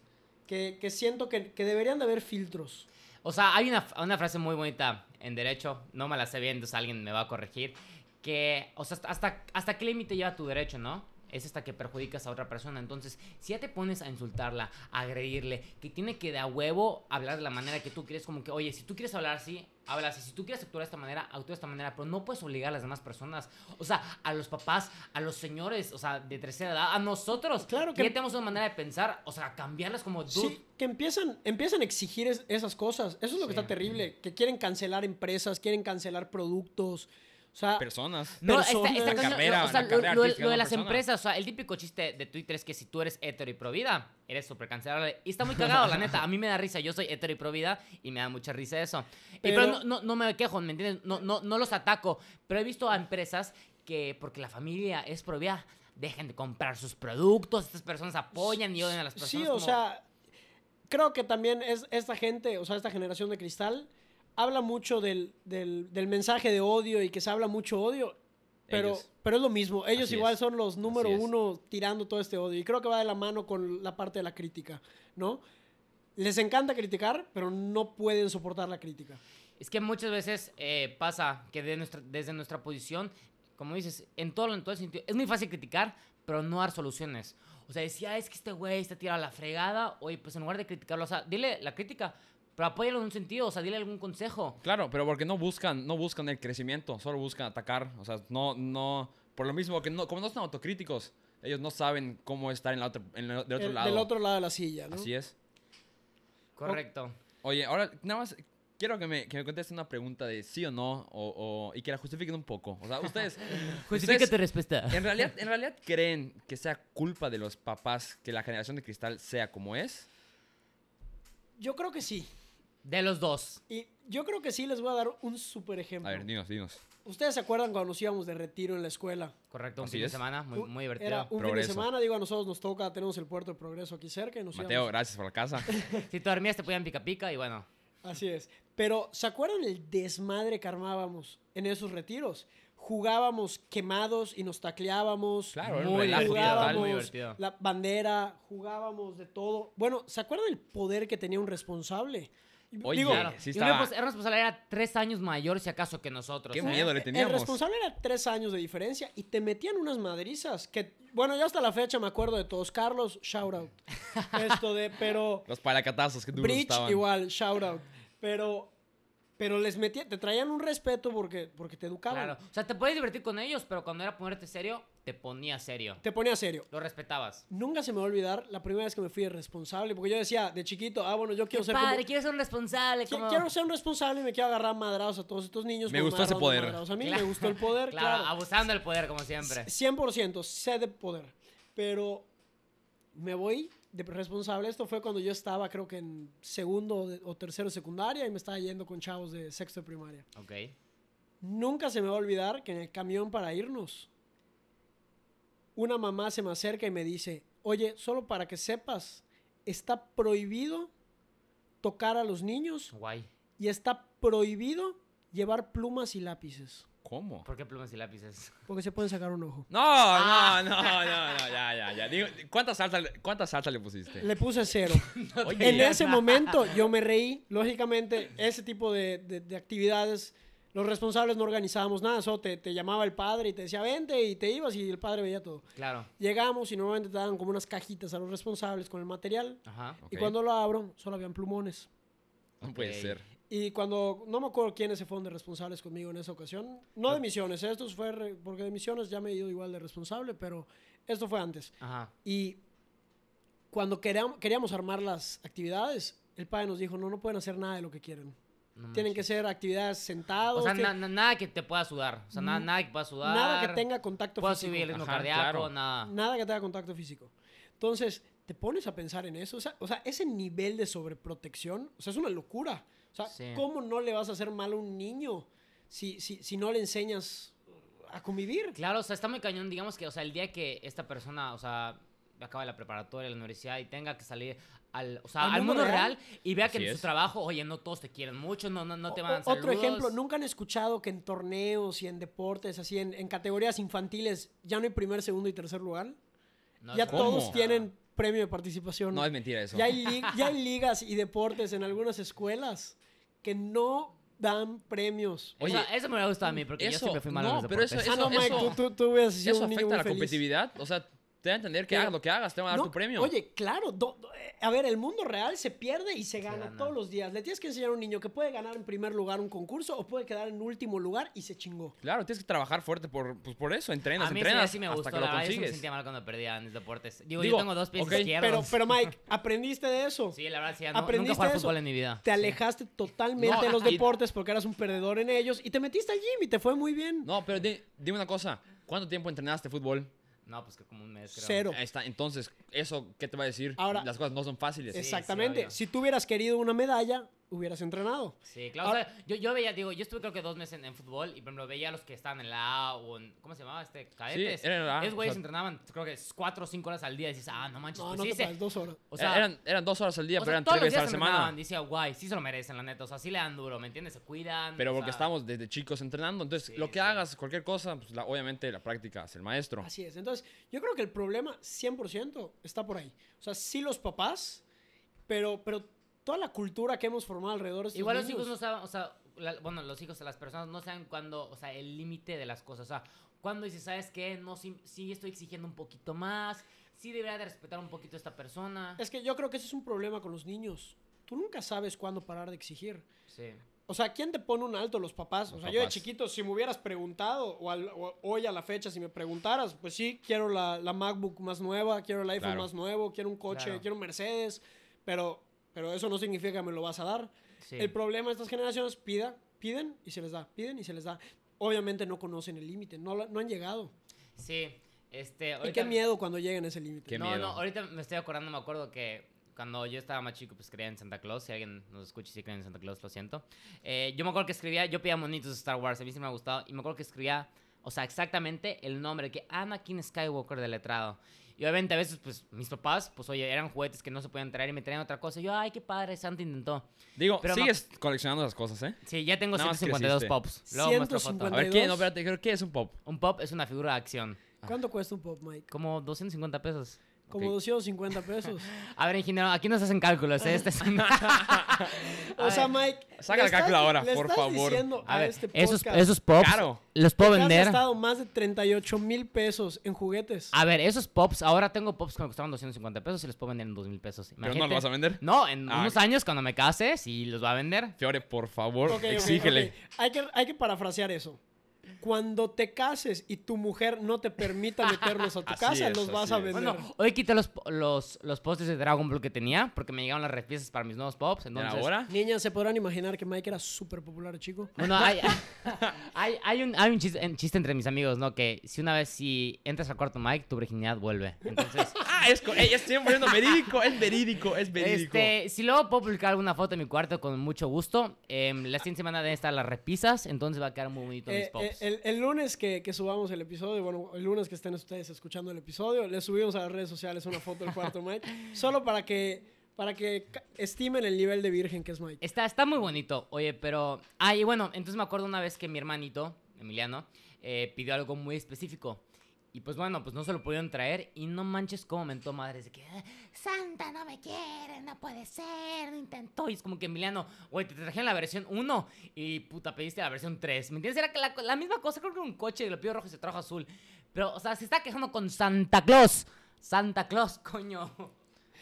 Speaker 1: que, que siento que, que deberían de haber filtros.
Speaker 2: O sea, hay una, una frase muy bonita en derecho, no me la sé bien, entonces alguien me va a corregir, que, o sea, hasta, hasta qué límite lleva tu derecho, ¿no? Es hasta que perjudicas a otra persona. Entonces, si ya te pones a insultarla, a agredirle, que tiene que de a huevo hablar de la manera que tú quieres, como que, oye, si tú quieres hablar así, habla así. Si tú quieres actuar de esta manera, actúa de esta manera, pero no puedes obligar a las demás personas. O sea, a los papás, a los señores, o sea, de tercera edad, a nosotros.
Speaker 1: Claro que-
Speaker 2: Ya tenemos una manera de pensar, o sea, cambiarlas como tú.
Speaker 1: Sí, que empiezan, empiezan a exigir es- esas cosas. Eso es lo que
Speaker 2: Sí.
Speaker 1: está terrible. Que quieren cancelar empresas, quieren cancelar productos. O sea,
Speaker 3: Personas.
Speaker 2: No, está-
Speaker 1: personas.
Speaker 2: está
Speaker 1: La
Speaker 2: cañón,
Speaker 3: carrera,
Speaker 2: lo- o sea,
Speaker 3: la
Speaker 2: lo, lo-
Speaker 3: carrera
Speaker 2: lo
Speaker 3: artística de
Speaker 2: de
Speaker 3: una
Speaker 2: las
Speaker 3: persona.
Speaker 2: empresas, o sea, el típico chiste de Twitter es que si tú eres hetero y pro vida, eres súper cancelable. Y está muy cagado, la neta. A mí me da risa, yo soy hetero y pro vida y me da mucha risa eso. Y Pero,
Speaker 1: Pero-
Speaker 2: no, no, no me quejo, ¿me entiendes? No, no, no los ataco. Pero he visto a empresas que, porque la familia es pro vida, dejan de comprar sus productos, estas personas apoyan y odian a las personas.
Speaker 1: Sí, o
Speaker 2: como-
Speaker 1: sea, creo que también es esta gente, o sea, esta generación de cristal, habla mucho del, del- del mensaje de odio y que se habla mucho odio, pero,
Speaker 3: Ellos.
Speaker 1: pero es lo mismo. Ellos
Speaker 3: Así
Speaker 1: igual
Speaker 3: es.
Speaker 1: son los número
Speaker 3: Así es.
Speaker 1: uno tirando todo este odio. Y creo que va de la mano con la parte de la crítica, ¿no? Les encanta criticar, pero no pueden soportar la crítica.
Speaker 2: Es que muchas veces eh, pasa que de nuestra- desde nuestra posición, como dices, en todo, en todo el sentido, es muy fácil criticar, pero no dar soluciones. O sea, decía, es que este güey está tirado a la fregada, oye, pues en lugar de criticarlo, o sea, dile la crítica, pero apóyalo en un sentido, o sea, dile algún consejo.
Speaker 3: Claro, pero porque no buscan, no buscan el crecimiento, solo buscan atacar. O sea, no, no. Por lo mismo que no, como no son autocríticos, ellos no saben cómo estar en la otra, en la- del otro
Speaker 1: El-
Speaker 3: lado.
Speaker 1: Del otro lado de la silla, ¿no?
Speaker 3: Así es.
Speaker 2: Correcto.
Speaker 3: Oye, ahora nada más quiero que me, que me contestes una pregunta de sí o no o, o- y que la justifiquen un poco. O sea, ustedes.
Speaker 2: Justifica
Speaker 3: ustedes-
Speaker 2: tu respuesta.
Speaker 3: en realidad, en realidad creen que sea culpa de los papás que la generación de cristal sea como es.
Speaker 1: Yo creo que sí.
Speaker 2: De los dos.
Speaker 1: Y yo creo que sí les voy a dar un súper
Speaker 3: A
Speaker 1: ejemplo.
Speaker 3: ver, dinos, dinos.
Speaker 1: ¿Ustedes se acuerdan cuando nos íbamos de retiro en la escuela?
Speaker 2: Correcto, un
Speaker 3: Así
Speaker 2: fin de
Speaker 3: es.
Speaker 2: semana, muy,
Speaker 1: Un-
Speaker 2: muy divertido.
Speaker 1: Uh, Era un fin de
Speaker 3: Progreso.
Speaker 1: semana, digo, a nosotros nos toca, tenemos el puerto de progreso aquí cerca
Speaker 2: Pues
Speaker 1: y nos
Speaker 3: Mateo,
Speaker 1: íbamos.
Speaker 3: gracias por la casa.
Speaker 2: Si te dormías te ponían pica pica y bueno.
Speaker 1: Así es. Pero, ¿se acuerdan el desmadre que armábamos en esos retiros? Jugábamos quemados y nos tacleábamos.
Speaker 3: Claro, era un
Speaker 2: muy
Speaker 3: Ah, relajo
Speaker 2: divertido,
Speaker 3: total.
Speaker 2: muy
Speaker 1: Jugábamos
Speaker 2: divertido.
Speaker 1: la bandera, jugábamos de todo. Bueno, ¿se acuerdan el poder que tenía un responsable? Y-
Speaker 3: Oye,
Speaker 1: digo,
Speaker 2: Claro. y
Speaker 3: sí
Speaker 2: un
Speaker 3: estaba-
Speaker 2: respons- era responsable, era tres años mayor si acaso que nosotros.
Speaker 3: Qué
Speaker 2: ¿eh?
Speaker 3: miedo le
Speaker 1: el
Speaker 3: teníamos.
Speaker 1: responsable era tres años de diferencia y te metían unas madrizas que, bueno, yo hasta la fecha me acuerdo de todos. Carlos, shout out. Esto de, pero...
Speaker 3: Los paracatazos que duros
Speaker 1: Bridge
Speaker 3: estaban.
Speaker 1: igual, shout out. Pero, pero les metía, te traían un respeto porque, porque te educaban.
Speaker 2: Claro. O sea, te puedes divertir con ellos, pero cuando era ponerte serio, te ponía serio.
Speaker 1: Te ponía serio.
Speaker 2: Lo respetabas.
Speaker 1: Nunca se me va a olvidar la primera vez que me fui de responsable, porque yo decía de chiquito, ah, bueno, yo quiero ser
Speaker 2: padre,
Speaker 1: como-
Speaker 2: quiero ser un responsable.
Speaker 1: qui-
Speaker 2: como-
Speaker 1: quiero ser un responsable y me quiero agarrar a madrados a todos estos niños.
Speaker 3: Me
Speaker 1: como
Speaker 3: gustó ese
Speaker 1: agarraron a
Speaker 3: poder.
Speaker 1: madrados A mí
Speaker 2: Claro,
Speaker 1: me gustó el poder,
Speaker 2: Claro, ah,
Speaker 1: claro.
Speaker 2: abusando del poder, como siempre.
Speaker 1: 100%, sé de poder. Pero me voy de responsable. Esto fue cuando yo estaba, creo que en segundo o de- o tercero de secundaria y me estaba yendo con chavos de sexto de primaria.
Speaker 2: Ok.
Speaker 1: Nunca se me va a olvidar que en el camión para irnos, una mamá se me acerca y me dice, oye, solo para que sepas, está prohibido tocar a los niños
Speaker 2: Guay.
Speaker 1: y está prohibido llevar plumas y lápices.
Speaker 3: ¿Cómo?
Speaker 2: ¿Por qué plumas y lápices?
Speaker 1: Porque se pueden sacar un ojo.
Speaker 3: No,
Speaker 2: Ah.
Speaker 3: no, no, no, no, ya, ya, ya. Digo, ¿cuánta, salsa, le- ¿Cuánta salsa le pusiste?
Speaker 1: Le puse cero.
Speaker 3: Oye,
Speaker 1: en ese momento yo me reí. Lógicamente, ese tipo de, de- de actividades, los responsables no organizábamos nada. Solo te, te llamaba el padre y te decía, vente, y te ibas y el padre veía todo.
Speaker 2: Claro.
Speaker 1: Llegamos y normalmente te daban como unas cajitas a los responsables con el material.
Speaker 2: Ajá.
Speaker 3: Ok.
Speaker 1: Y cuando lo abro, solo habían plumones.
Speaker 3: no puede
Speaker 2: Ok.
Speaker 3: ser.
Speaker 1: Y cuando, no me acuerdo quiénes se fueron de responsables conmigo en esa ocasión, no de misiones, estos fue, re- porque de misiones ya me he ido igual de responsable, pero esto fue antes.
Speaker 2: Ajá.
Speaker 1: Y cuando queríamos, queríamos armar las actividades, el padre nos dijo, no, no pueden hacer nada de lo que quieren.
Speaker 2: No
Speaker 1: Tienen que ser actividades sentados,
Speaker 2: Ah, O sea,
Speaker 1: que- Mm.
Speaker 2: na- na- nada que te pueda sudar. O sea, nada, nada que pueda sudar.
Speaker 1: nada que tenga contacto
Speaker 2: Pueda
Speaker 1: físico.
Speaker 2: subir el ritmo
Speaker 3: Ajá,
Speaker 2: cardíaco,
Speaker 3: claro.
Speaker 2: nada.
Speaker 1: Nada que tenga contacto físico. Entonces, te pones a pensar en eso. O sea, o sea, ese nivel de sobreprotección, o sea, es una locura. O sea,
Speaker 2: Sí.
Speaker 1: ¿cómo no le vas a hacer mal a un niño si, si, si no le enseñas a convivir?
Speaker 2: Claro, o sea, está muy cañón. Digamos que, o sea, el día que esta persona, o sea, acaba la preparatoria, la universidad y tenga que salir al, o sea,
Speaker 1: ¿Al
Speaker 2: al, mundo real, y vea que
Speaker 3: Así
Speaker 2: en
Speaker 3: es.
Speaker 2: su trabajo, oye, no todos te quieren mucho, no, no, no te van a
Speaker 1: O- Otro ejemplo, nunca han escuchado que en torneos y en deportes, así en, en categorías infantiles, ya no hay primer, segundo y tercer lugar. ya
Speaker 3: ¿Cómo? Ah.
Speaker 1: todos tienen premio de participación.
Speaker 3: No es mentira eso.
Speaker 1: Ya hay, lig- ya hay ligas y deportes en algunas escuelas que no dan premios.
Speaker 2: Oye,
Speaker 3: Oye,
Speaker 2: eso me hubiera gustado a mí, porque yo
Speaker 3: eso-
Speaker 2: siempre fui malo
Speaker 3: no,
Speaker 2: en los
Speaker 3: pero eso-
Speaker 2: deportes.
Speaker 1: ah, no, Mike,
Speaker 3: eso-
Speaker 1: tú, tú, tú hubieras sido
Speaker 3: ¿Eso
Speaker 1: un niño
Speaker 3: afecta
Speaker 1: muy
Speaker 3: a la
Speaker 1: feliz.
Speaker 3: competitividad? O sea, te va a entender que
Speaker 1: Pero-
Speaker 3: hagas lo que hagas, te van a dar
Speaker 1: No,
Speaker 3: tu premio.
Speaker 1: Oye, claro. do- do- eh, a ver, el mundo real se pierde y se gana,
Speaker 2: gana.
Speaker 1: todos los días. Le tienes que enseñar a un niño que puede ganar en primer lugar un concurso o puede quedar en último lugar y se chingó.
Speaker 3: Claro, tienes que trabajar fuerte por, pues por eso. Entrenas,
Speaker 2: a mí
Speaker 3: entrenas
Speaker 2: sí me
Speaker 3: hasta
Speaker 2: gustó,
Speaker 3: que
Speaker 2: la
Speaker 3: lo
Speaker 2: verdad, yo sí me
Speaker 3: consigues.
Speaker 2: sentía mal cuando perdía en los deportes. Digo,
Speaker 3: Digo,
Speaker 2: yo tengo dos pies
Speaker 3: ok,
Speaker 1: Pero,
Speaker 2: izquierdos.
Speaker 1: pero Mike, ¿aprendiste de eso?
Speaker 2: sí, la verdad, sí, ya no- nunca
Speaker 1: ¿Aprendiste
Speaker 2: jugué al
Speaker 1: eso?
Speaker 2: fútbol en mi vida.
Speaker 1: Te
Speaker 2: Sí.
Speaker 1: alejaste totalmente
Speaker 3: No,
Speaker 1: de los
Speaker 3: y-
Speaker 1: deportes porque eras un perdedor en ellos y te metiste al gym y te fue muy bien.
Speaker 3: No, pero di- dime una cosa. ¿Cuánto tiempo entrenaste fútbol?
Speaker 2: No, pues que como un mes, creo.
Speaker 1: Cero.
Speaker 3: Ahí está. Entonces, ¿eso qué te va a decir?
Speaker 1: Ahora-
Speaker 3: Las cosas no son fáciles.
Speaker 2: Es-
Speaker 1: Exactamente.
Speaker 2: obvio.
Speaker 1: si tú hubieras querido una medalla, hubieras entrenado.
Speaker 2: Sí, claro. o sea, yo, yo veía, digo, yo estuve creo que dos meses en, en fútbol y por ejemplo veía a los que estaban en la A o en. ¿Cómo se llamaba este? Cadetes.
Speaker 3: era en la A,
Speaker 2: Esos
Speaker 3: ah, o
Speaker 2: güeyes
Speaker 3: sea-
Speaker 2: entrenaban, creo que cuatro o cinco horas al día. Y dices, ah, no manches,
Speaker 1: No,
Speaker 2: pues
Speaker 1: no
Speaker 2: sí
Speaker 1: te
Speaker 2: se-
Speaker 1: pases dos horas.
Speaker 2: O sea,
Speaker 3: Eh, eran, eran dos horas al día,
Speaker 2: o
Speaker 3: pero
Speaker 2: sea,
Speaker 3: eran
Speaker 2: todos
Speaker 3: tres
Speaker 2: los
Speaker 3: veces
Speaker 2: días
Speaker 3: a la
Speaker 2: entrenaban,
Speaker 3: semana.
Speaker 2: Decía, guay, sí se lo merecen, la neta. O sea, sí le dan duro, ¿me entiendes? Se cuidan.
Speaker 3: Pero
Speaker 2: o
Speaker 3: porque
Speaker 2: sea,
Speaker 3: estamos desde chicos entrenando. Entonces,
Speaker 2: Sí,
Speaker 3: lo que
Speaker 2: sí.
Speaker 3: hagas, cualquier cosa, pues, la- obviamente la práctica es el maestro.
Speaker 1: Así es. Entonces, yo creo que el problema 100% está por ahí. O sea, sí los papás, pero, pero toda la cultura que hemos formado alrededor de estos
Speaker 2: pues, Igual los
Speaker 1: niños-
Speaker 2: hijos no saben, o sea, la- bueno, los hijos, las personas no saben cuándo, o sea, el límite de las cosas. O sea, cuando dices, ¿sabes qué? No, sí, sí estoy exigiendo un poquito más. Sí debería de respetar un poquito a esta persona.
Speaker 1: Es que yo creo que ese es un problema con los niños. Tú nunca sabes cuándo parar de exigir.
Speaker 2: Sí.
Speaker 1: O sea, ¿quién te pone un alto? Los papás. o
Speaker 3: Los
Speaker 1: sea, yo de
Speaker 3: papás.
Speaker 1: chiquito, si me hubieras preguntado, o, al- o hoy a la fecha, si me preguntaras, pues sí, quiero la, la MacBook más nueva, quiero el iPhone
Speaker 3: Claro.
Speaker 1: más nuevo, quiero un coche,
Speaker 2: Claro.
Speaker 1: quiero un Mercedes, pero, pero eso no significa que me lo vas a dar.
Speaker 2: Sí.
Speaker 1: El problema de estas generaciones, pida, piden y se les da, piden y se les da. Obviamente no conocen el límite, no, lo- no han llegado.
Speaker 2: Sí, este.
Speaker 1: Y qué miedo cuando lleguen a ese límite.
Speaker 3: Qué
Speaker 2: no,
Speaker 3: miedo.
Speaker 2: no, ahorita me estoy acordando, me acuerdo que cuando yo estaba más chico, pues creía en Santa Claus. Si alguien nos escucha y sí cree en Santa Claus, lo siento. Eh, yo me acuerdo que escribía, yo pedía monitos de Star Wars, a mí sí me ha gustado. Y me acuerdo que escribía, o sea, exactamente el nombre, que Anakin Skywalker de letrado. Y obviamente a veces, pues, mis papás, pues, oye, eran juguetes que no se podían traer y me traían otra cosa. Y yo, ay, qué padre, Santa intentó.
Speaker 3: Digo,
Speaker 2: Pero
Speaker 3: sigues coleccionando las cosas, ¿eh?
Speaker 2: Sí, ya tengo
Speaker 3: Nada más
Speaker 2: 152
Speaker 3: creciste.
Speaker 2: pops. Luego muestro
Speaker 1: 150.
Speaker 2: foto.
Speaker 3: A ver, ¿qué? No,
Speaker 1: 32.
Speaker 3: espérate, creo que es un pop.
Speaker 2: Un pop es una figura de acción.
Speaker 1: ¿Cuánto cuesta un pop, Mike?
Speaker 2: Como 250 pesos.
Speaker 1: Como
Speaker 3: Ok.
Speaker 1: 250 pesos.
Speaker 2: A ver, ingeniero, aquí nos hacen cálculos, ¿eh? Este es un-
Speaker 1: o sea, Mike.
Speaker 3: Saca
Speaker 1: le
Speaker 3: la
Speaker 1: estás-
Speaker 3: calculadora,
Speaker 1: le
Speaker 3: por
Speaker 1: estás
Speaker 3: favor.
Speaker 1: diciendo a,
Speaker 2: A ver,
Speaker 1: este
Speaker 2: esos,
Speaker 1: podcast
Speaker 2: esos pops
Speaker 3: Claro.
Speaker 2: los puedo
Speaker 1: que
Speaker 2: vender.
Speaker 1: Has gastado más de 38 mil pesos en juguetes.
Speaker 3: Ah,
Speaker 2: A ver, esos pops, ahora tengo pops que me costaron 250 pesos y los puedo vender en 2 mil pesos.
Speaker 3: Pero no lo vas a vender.
Speaker 2: No, en
Speaker 3: Ah,
Speaker 2: unos
Speaker 3: ok.
Speaker 2: años cuando me case, sí los va a vender.
Speaker 3: Fiore, por favor,
Speaker 1: Ok, ok,
Speaker 3: exígele.
Speaker 1: ok. Hay, que, hay que parafrasear eso. Cuando te cases y tu mujer no te permita meterlos a tu
Speaker 3: Así
Speaker 1: casa,
Speaker 3: es,
Speaker 1: los vas
Speaker 3: así
Speaker 1: a
Speaker 3: es.
Speaker 1: vender.
Speaker 2: Bueno, hoy quité los, los, los postes de Dragon Ball que tenía porque me llegaron las repiezas para mis nuevos pops.
Speaker 3: ¿Y
Speaker 2: Entonces,
Speaker 3: ahora?
Speaker 1: Niñas, ¿se podrán imaginar que Mike era súper popular, chico?
Speaker 2: Bueno, hay, hay, hay un, hay un chiste, en- chiste entre mis amigos, ¿no? Que si una vez si entras al cuarto Mike, tu virginidad vuelve. Entonces,
Speaker 3: Ah, es, co- ey, es 100% verídico, es verídico, es verídico.
Speaker 2: Este, si luego puedo publicar alguna foto de mi cuarto con mucho gusto. Em, la siguiente semana deben estar las repisas, entonces va a quedar muy bonito mis
Speaker 1: Eh, eh,
Speaker 2: pops.
Speaker 1: el, el lunes que, que subamos el episodio, bueno, el lunes que estén ustedes escuchando el episodio, le subimos a las redes sociales una foto del cuarto Mike, solo para que, para que ca- estimen el nivel de virgen que es Mike.
Speaker 2: Está, está muy bonito, oye, pero... Ah, y bueno, entonces me acuerdo una vez que mi hermanito, Emiliano, eh, pidió algo muy específico. Y pues bueno, pues no se lo pudieron traer y no manches cómo mentó madres de que "Ah, Santa no me quiere, no puede ser, no intentó. Y es como que Emiliano, güey, te trajeron la versión 1 y puta pediste la versión 3. ¿Me entiendes? Era que la, la misma cosa, creo que un coche lo pidió rojo y se trajo azul. Pero, o sea, se está quejando con Santa Claus. Santa Claus, coño.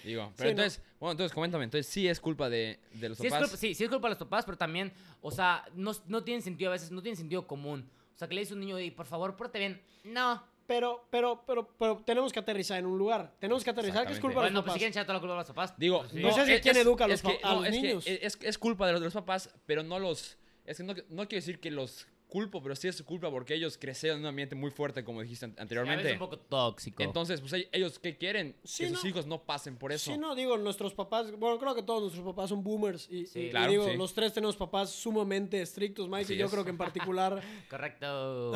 Speaker 3: Digo,
Speaker 1: Sí,
Speaker 3: pero
Speaker 1: no.
Speaker 3: entonces, bueno, entonces coméntame, entonces sí es culpa de, de los
Speaker 2: Sí es,
Speaker 3: papás.
Speaker 2: culpa, sí, sí es culpa de los papás, pero también, o sea, no, no tienen sentido a veces, no tienen sentido común. O sea, que le dice a un niño, "Ey, por favor, pórtate bien. No.
Speaker 1: Pero, pero, pero, pero tenemos que aterrizar en un lugar. Tenemos que aterrizar que es culpa de
Speaker 2: Bueno,
Speaker 1: los
Speaker 2: pues si
Speaker 1: papás.
Speaker 2: quieren echar toda la culpa a los papás.
Speaker 3: Digo,
Speaker 2: pues sí.
Speaker 1: No sé si
Speaker 3: es-
Speaker 1: quién
Speaker 3: es-
Speaker 1: educa a los
Speaker 3: es que-
Speaker 1: pa- a
Speaker 3: no,
Speaker 1: los
Speaker 3: es que
Speaker 1: niños.
Speaker 3: es, es- es culpa de los, de los papás, pero no los. Es que no, no quiero decir que los culpo, pero sí es su culpa porque ellos crecieron en un ambiente muy fuerte, como dijiste
Speaker 2: Sí, a
Speaker 3: an-
Speaker 2: veces
Speaker 3: anteriormente.
Speaker 2: es un poco tóxico.
Speaker 3: Entonces, pues e- ellos, ¿qué quieren?
Speaker 1: Sí,
Speaker 3: que sus
Speaker 1: no.
Speaker 3: hijos no pasen por eso.
Speaker 1: Sí, no, digo, nuestros papás, bueno, creo que todos nuestros papás son boomers. Y,
Speaker 2: Sí.
Speaker 1: y- y
Speaker 3: Claro,
Speaker 1: digo,
Speaker 3: sí.
Speaker 1: los tres tenemos papás sumamente estrictos, Mike,
Speaker 3: Así
Speaker 1: y yo
Speaker 3: es.
Speaker 1: creo que en particular.
Speaker 2: Correcto.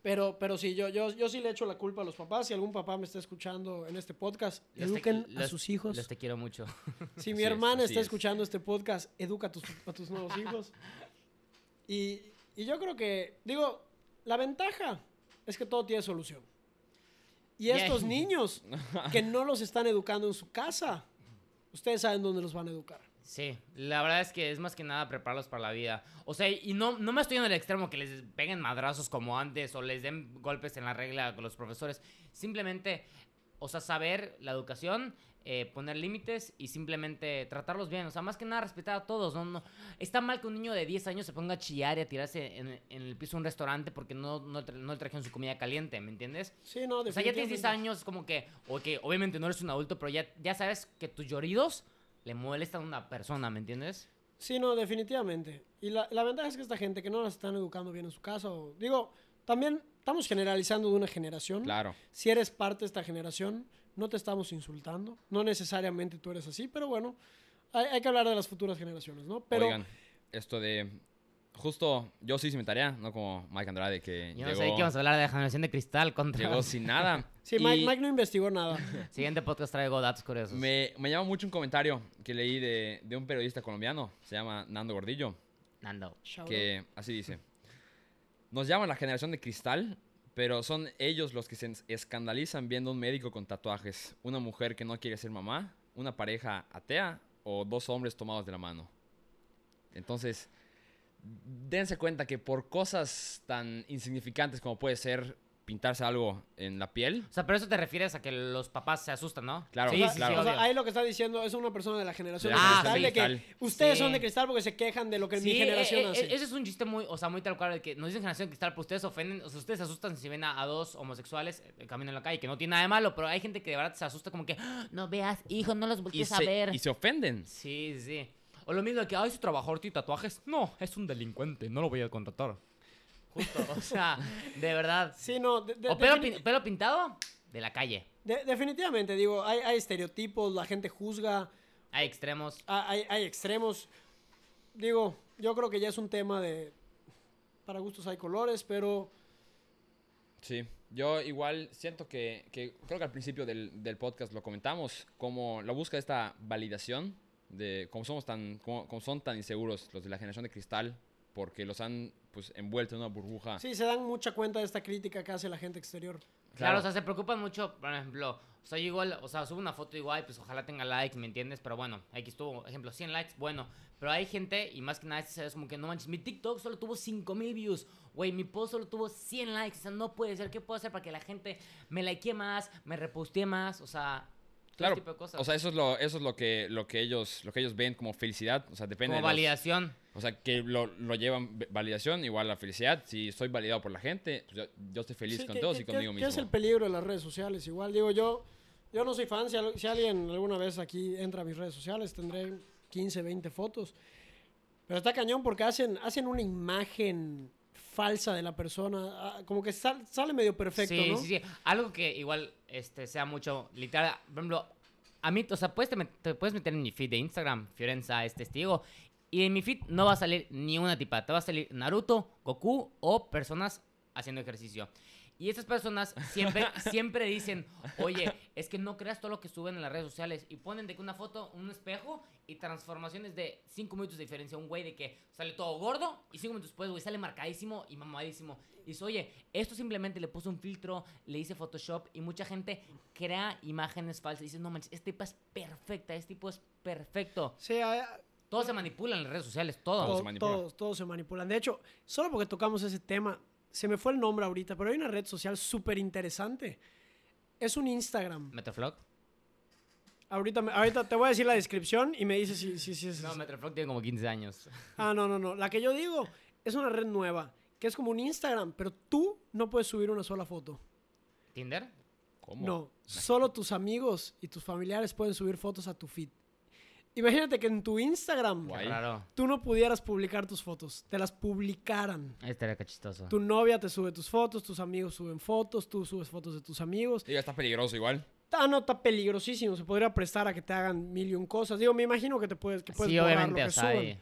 Speaker 1: pero, pero sí, yo, yo, yo sí le echo la culpa a los papás. Si algún papá me está escuchando en este podcast,
Speaker 2: Los te-
Speaker 1: eduquen a
Speaker 2: los-
Speaker 1: sus hijos.
Speaker 2: Los te quiero mucho.
Speaker 1: Si
Speaker 3: Así
Speaker 1: mi
Speaker 3: es,
Speaker 1: hermana
Speaker 3: así
Speaker 1: está
Speaker 3: es.
Speaker 1: escuchando este podcast, educa a tus, a tus nuevos hijos. Y, y yo creo que, digo, la ventaja es que todo tiene solución. Y
Speaker 2: Ya.
Speaker 1: estos niños que no los están educando en su casa, ustedes saben dónde los van a educar.
Speaker 2: Sí, la verdad es que es más que nada prepararlos para la vida. O sea, y no, no me estoy en el extremo que les peguen madrazos como antes o les den golpes en la regla con los profesores. Simplemente, o sea, saber la educación, eh, poner límites y simplemente tratarlos bien. O sea, más que nada respetar a todos. ¿no? No, está mal que un niño de 10 años se ponga a chillar y a tirarse en, en el piso de un restaurante porque no, no, tra- no le trajeron su comida caliente, ¿me entiendes?
Speaker 1: Sí, no,
Speaker 2: O sea, ya tienes 10
Speaker 1: definitivamente.
Speaker 2: años, como que, ok, obviamente no eres un adulto, pero ya, ya sabes que tus lloridos le molestan a una persona, ¿me entiendes?
Speaker 1: Sí, no, definitivamente. Y la, la ventaja es que esta gente que no las están educando bien en su casa, o- digo, también estamos generalizando de una generación.
Speaker 3: Claro.
Speaker 1: Si eres parte de esta generación, no te estamos insultando. No necesariamente tú eres así, pero bueno, hay, hay que hablar de las futuras generaciones, ¿no? Pero
Speaker 3: Oigan, esto de. Justo yo sí hice mi tarea, no como Mike Andrade que
Speaker 2: Yo no
Speaker 3: llegó,
Speaker 2: sé de qué vamos a hablar de generación de cristal contra...
Speaker 3: llegó sin nada.
Speaker 1: sí,
Speaker 3: Y-
Speaker 1: Mike, Mike no investigó nada.
Speaker 2: Siguiente podcast traigo datos curiosos.
Speaker 3: Me, me llama mucho un comentario que leí de, de un periodista colombiano, se llama Nando Gordillo,
Speaker 2: Nando.
Speaker 1: Shout out.
Speaker 3: que así dice, nos llaman la generación de cristal, pero son ellos los que se ens- escandalizan viendo un médico con tatuajes, una mujer que no quiere ser mamá, una pareja atea o dos hombres tomados de la mano. Entonces, dense cuenta que por cosas tan insignificantes como puede ser pintarse algo en la piel,
Speaker 2: O sea, pero eso te refieres a que los papás se asustan, ¿no?
Speaker 3: Claro,
Speaker 2: sí,
Speaker 1: O sea,
Speaker 2: sí,
Speaker 3: claro.
Speaker 2: sí,
Speaker 1: o sea,
Speaker 2: obvio.
Speaker 1: ahí lo que está diciendo es una persona de la generación
Speaker 3: De
Speaker 1: de
Speaker 3: la
Speaker 1: cristal, de
Speaker 3: generación de
Speaker 1: que ustedes
Speaker 2: Sí.
Speaker 1: son de cristal porque se quejan de lo que mi
Speaker 2: Sí,
Speaker 1: generación
Speaker 2: eh, eh,
Speaker 1: hace.
Speaker 2: ese es un chiste muy, o sea, muy tal cual, de que nos dicen generación de cristal, pero ustedes se ofenden, o sea, ustedes se asustan si ven a, a dos homosexuales eh, caminando en la calle, que no tiene nada de malo, pero hay gente que de verdad se asusta como que, "Ah, no veas, hijo, no los
Speaker 3: y
Speaker 2: voltees a
Speaker 3: se,
Speaker 2: ver.
Speaker 3: y se ofenden.
Speaker 2: Sí, sí. O lo mismo de que, ay, su trabajador tiene tatuajes. No, es un delincuente, no lo voy a contratar. Justo, o sea, de verdad.
Speaker 1: Sí, no, de- de-
Speaker 2: O pelo,
Speaker 1: defini-
Speaker 2: pin- pelo pintado, de la calle.
Speaker 1: de- definitivamente, digo, hay, hay estereotipos, la gente juzga,
Speaker 2: Hay extremos.
Speaker 1: ha- hay, hay extremos. Digo, yo creo que ya es un tema de... Para gustos hay colores, pero...
Speaker 3: Sí, yo igual siento que, que creo que al principio del, del podcast lo comentamos, como la búsqueda de esta validación, de cómo somos tan, cómo, cómo son tan inseguros los de la generación de cristal, porque los han pues envuelto en una burbuja.
Speaker 1: Sí, se dan mucha cuenta de esta crítica que hace la gente exterior.
Speaker 2: Claro,
Speaker 3: Claro.
Speaker 2: o sea, se preocupan mucho, por ejemplo, o sea, yo igual, o sea, subo una foto igual, pues ojalá tenga likes, ¿me entiendes? Pero bueno, aquí estuvo, ejemplo, 100 likes, bueno, pero hay gente, y más que nada, este, es como que no manches, mi TikTok solo tuvo 5000 views, güey, mi post solo tuvo 100 likes, o sea, no puede ser, ¿qué puedo hacer para que la gente me likee más, me repostee más, o sea, todo
Speaker 3: Claro,
Speaker 2: ese tipo de cosas?
Speaker 3: o sea, eso es lo, eso es lo que, lo que ellos, lo que ellos ven como felicidad, o sea,
Speaker 2: como
Speaker 3: depende. de los-
Speaker 2: validación.
Speaker 3: o sea, que lo, lo llevan ve- validación igual la felicidad. Si soy validado por la gente, pues, yo, yo estoy feliz
Speaker 1: Sí,
Speaker 3: con
Speaker 1: ¿qué-
Speaker 3: todos
Speaker 1: qué-
Speaker 3: y conmigo
Speaker 1: qué-
Speaker 3: mismo.
Speaker 1: ¿Qué es el peligro de las redes sociales? Igual, digo yo, yo no soy fan. Si, al- si alguien alguna vez aquí entra a mis redes sociales, tendré 15, 20 fotos. Pero está cañón porque hacen, hacen una imagen falsa de la persona. ah, Como que sal- sale medio perfecto,
Speaker 2: sí,
Speaker 1: ¿no?
Speaker 2: sí, sí. Algo que igual este, sea mucho literal. Por ejemplo, a mí, o sea, puedes te, met- te puedes meter en mi feed de Instagram, Fiorenza es testigo. Y en mi feed no va a salir ni una tipa. Te va a salir Naruto, Goku o personas haciendo ejercicio. Y esas personas siempre, siempre dicen, oye, es que no creas todo lo que suben en las redes sociales. Y ponen de que una foto, un espejo y transformaciones de 5 minutos de diferencia. Un güey de que sale todo gordo y 5 minutos después, güey, sale marcadísimo y mamadísimo. Y dice, oye, esto simplemente le puse un filtro, le hice Photoshop y mucha gente crea imágenes falsas. Y dice, no manches, este tipo es perfecta, este tipo es perfecto.
Speaker 1: Sí, ah,
Speaker 2: Todo se manipula en las redes sociales, todo.
Speaker 3: Todo.
Speaker 1: to-
Speaker 3: se manipula.
Speaker 1: todos, todos se manipulan. De hecho, solo porque tocamos ese tema, se me fue el nombre ahorita, pero hay una red social súper interesante. Es un Instagram.
Speaker 2: ¿Metroflog?
Speaker 1: Ahorita, me- ahorita te voy a decir la descripción y me dices si, si, si es
Speaker 2: No,
Speaker 1: esa.
Speaker 2: Metroflog tiene como 15 años.
Speaker 1: Ah, no, no, no. La que yo digo es una red nueva, que es como un Instagram, pero tú no puedes subir una sola foto.
Speaker 2: ¿Tinder?
Speaker 3: ¿Cómo?
Speaker 1: No, solo tus amigos y tus familiares pueden subir fotos a tu feed. Imagínate que en tu Instagram
Speaker 3: Guay. Ahí.
Speaker 2: Claro.
Speaker 1: tú no pudieras publicar tus fotos, te las publicaran.
Speaker 2: Estaría que chistoso.
Speaker 1: Tu novia te sube tus fotos, tus amigos suben fotos, tú subes fotos de tus amigos.
Speaker 3: Digo, está peligroso igual.
Speaker 1: Ah, no, está peligrosísimo. Se podría prestar a que te hagan mil y un cosas. Digo, me imagino que te puedes, que puedes
Speaker 2: Sí,
Speaker 1: borrar
Speaker 2: obviamente,
Speaker 1: lo
Speaker 2: o
Speaker 1: que
Speaker 2: sea,
Speaker 1: suban.
Speaker 2: y-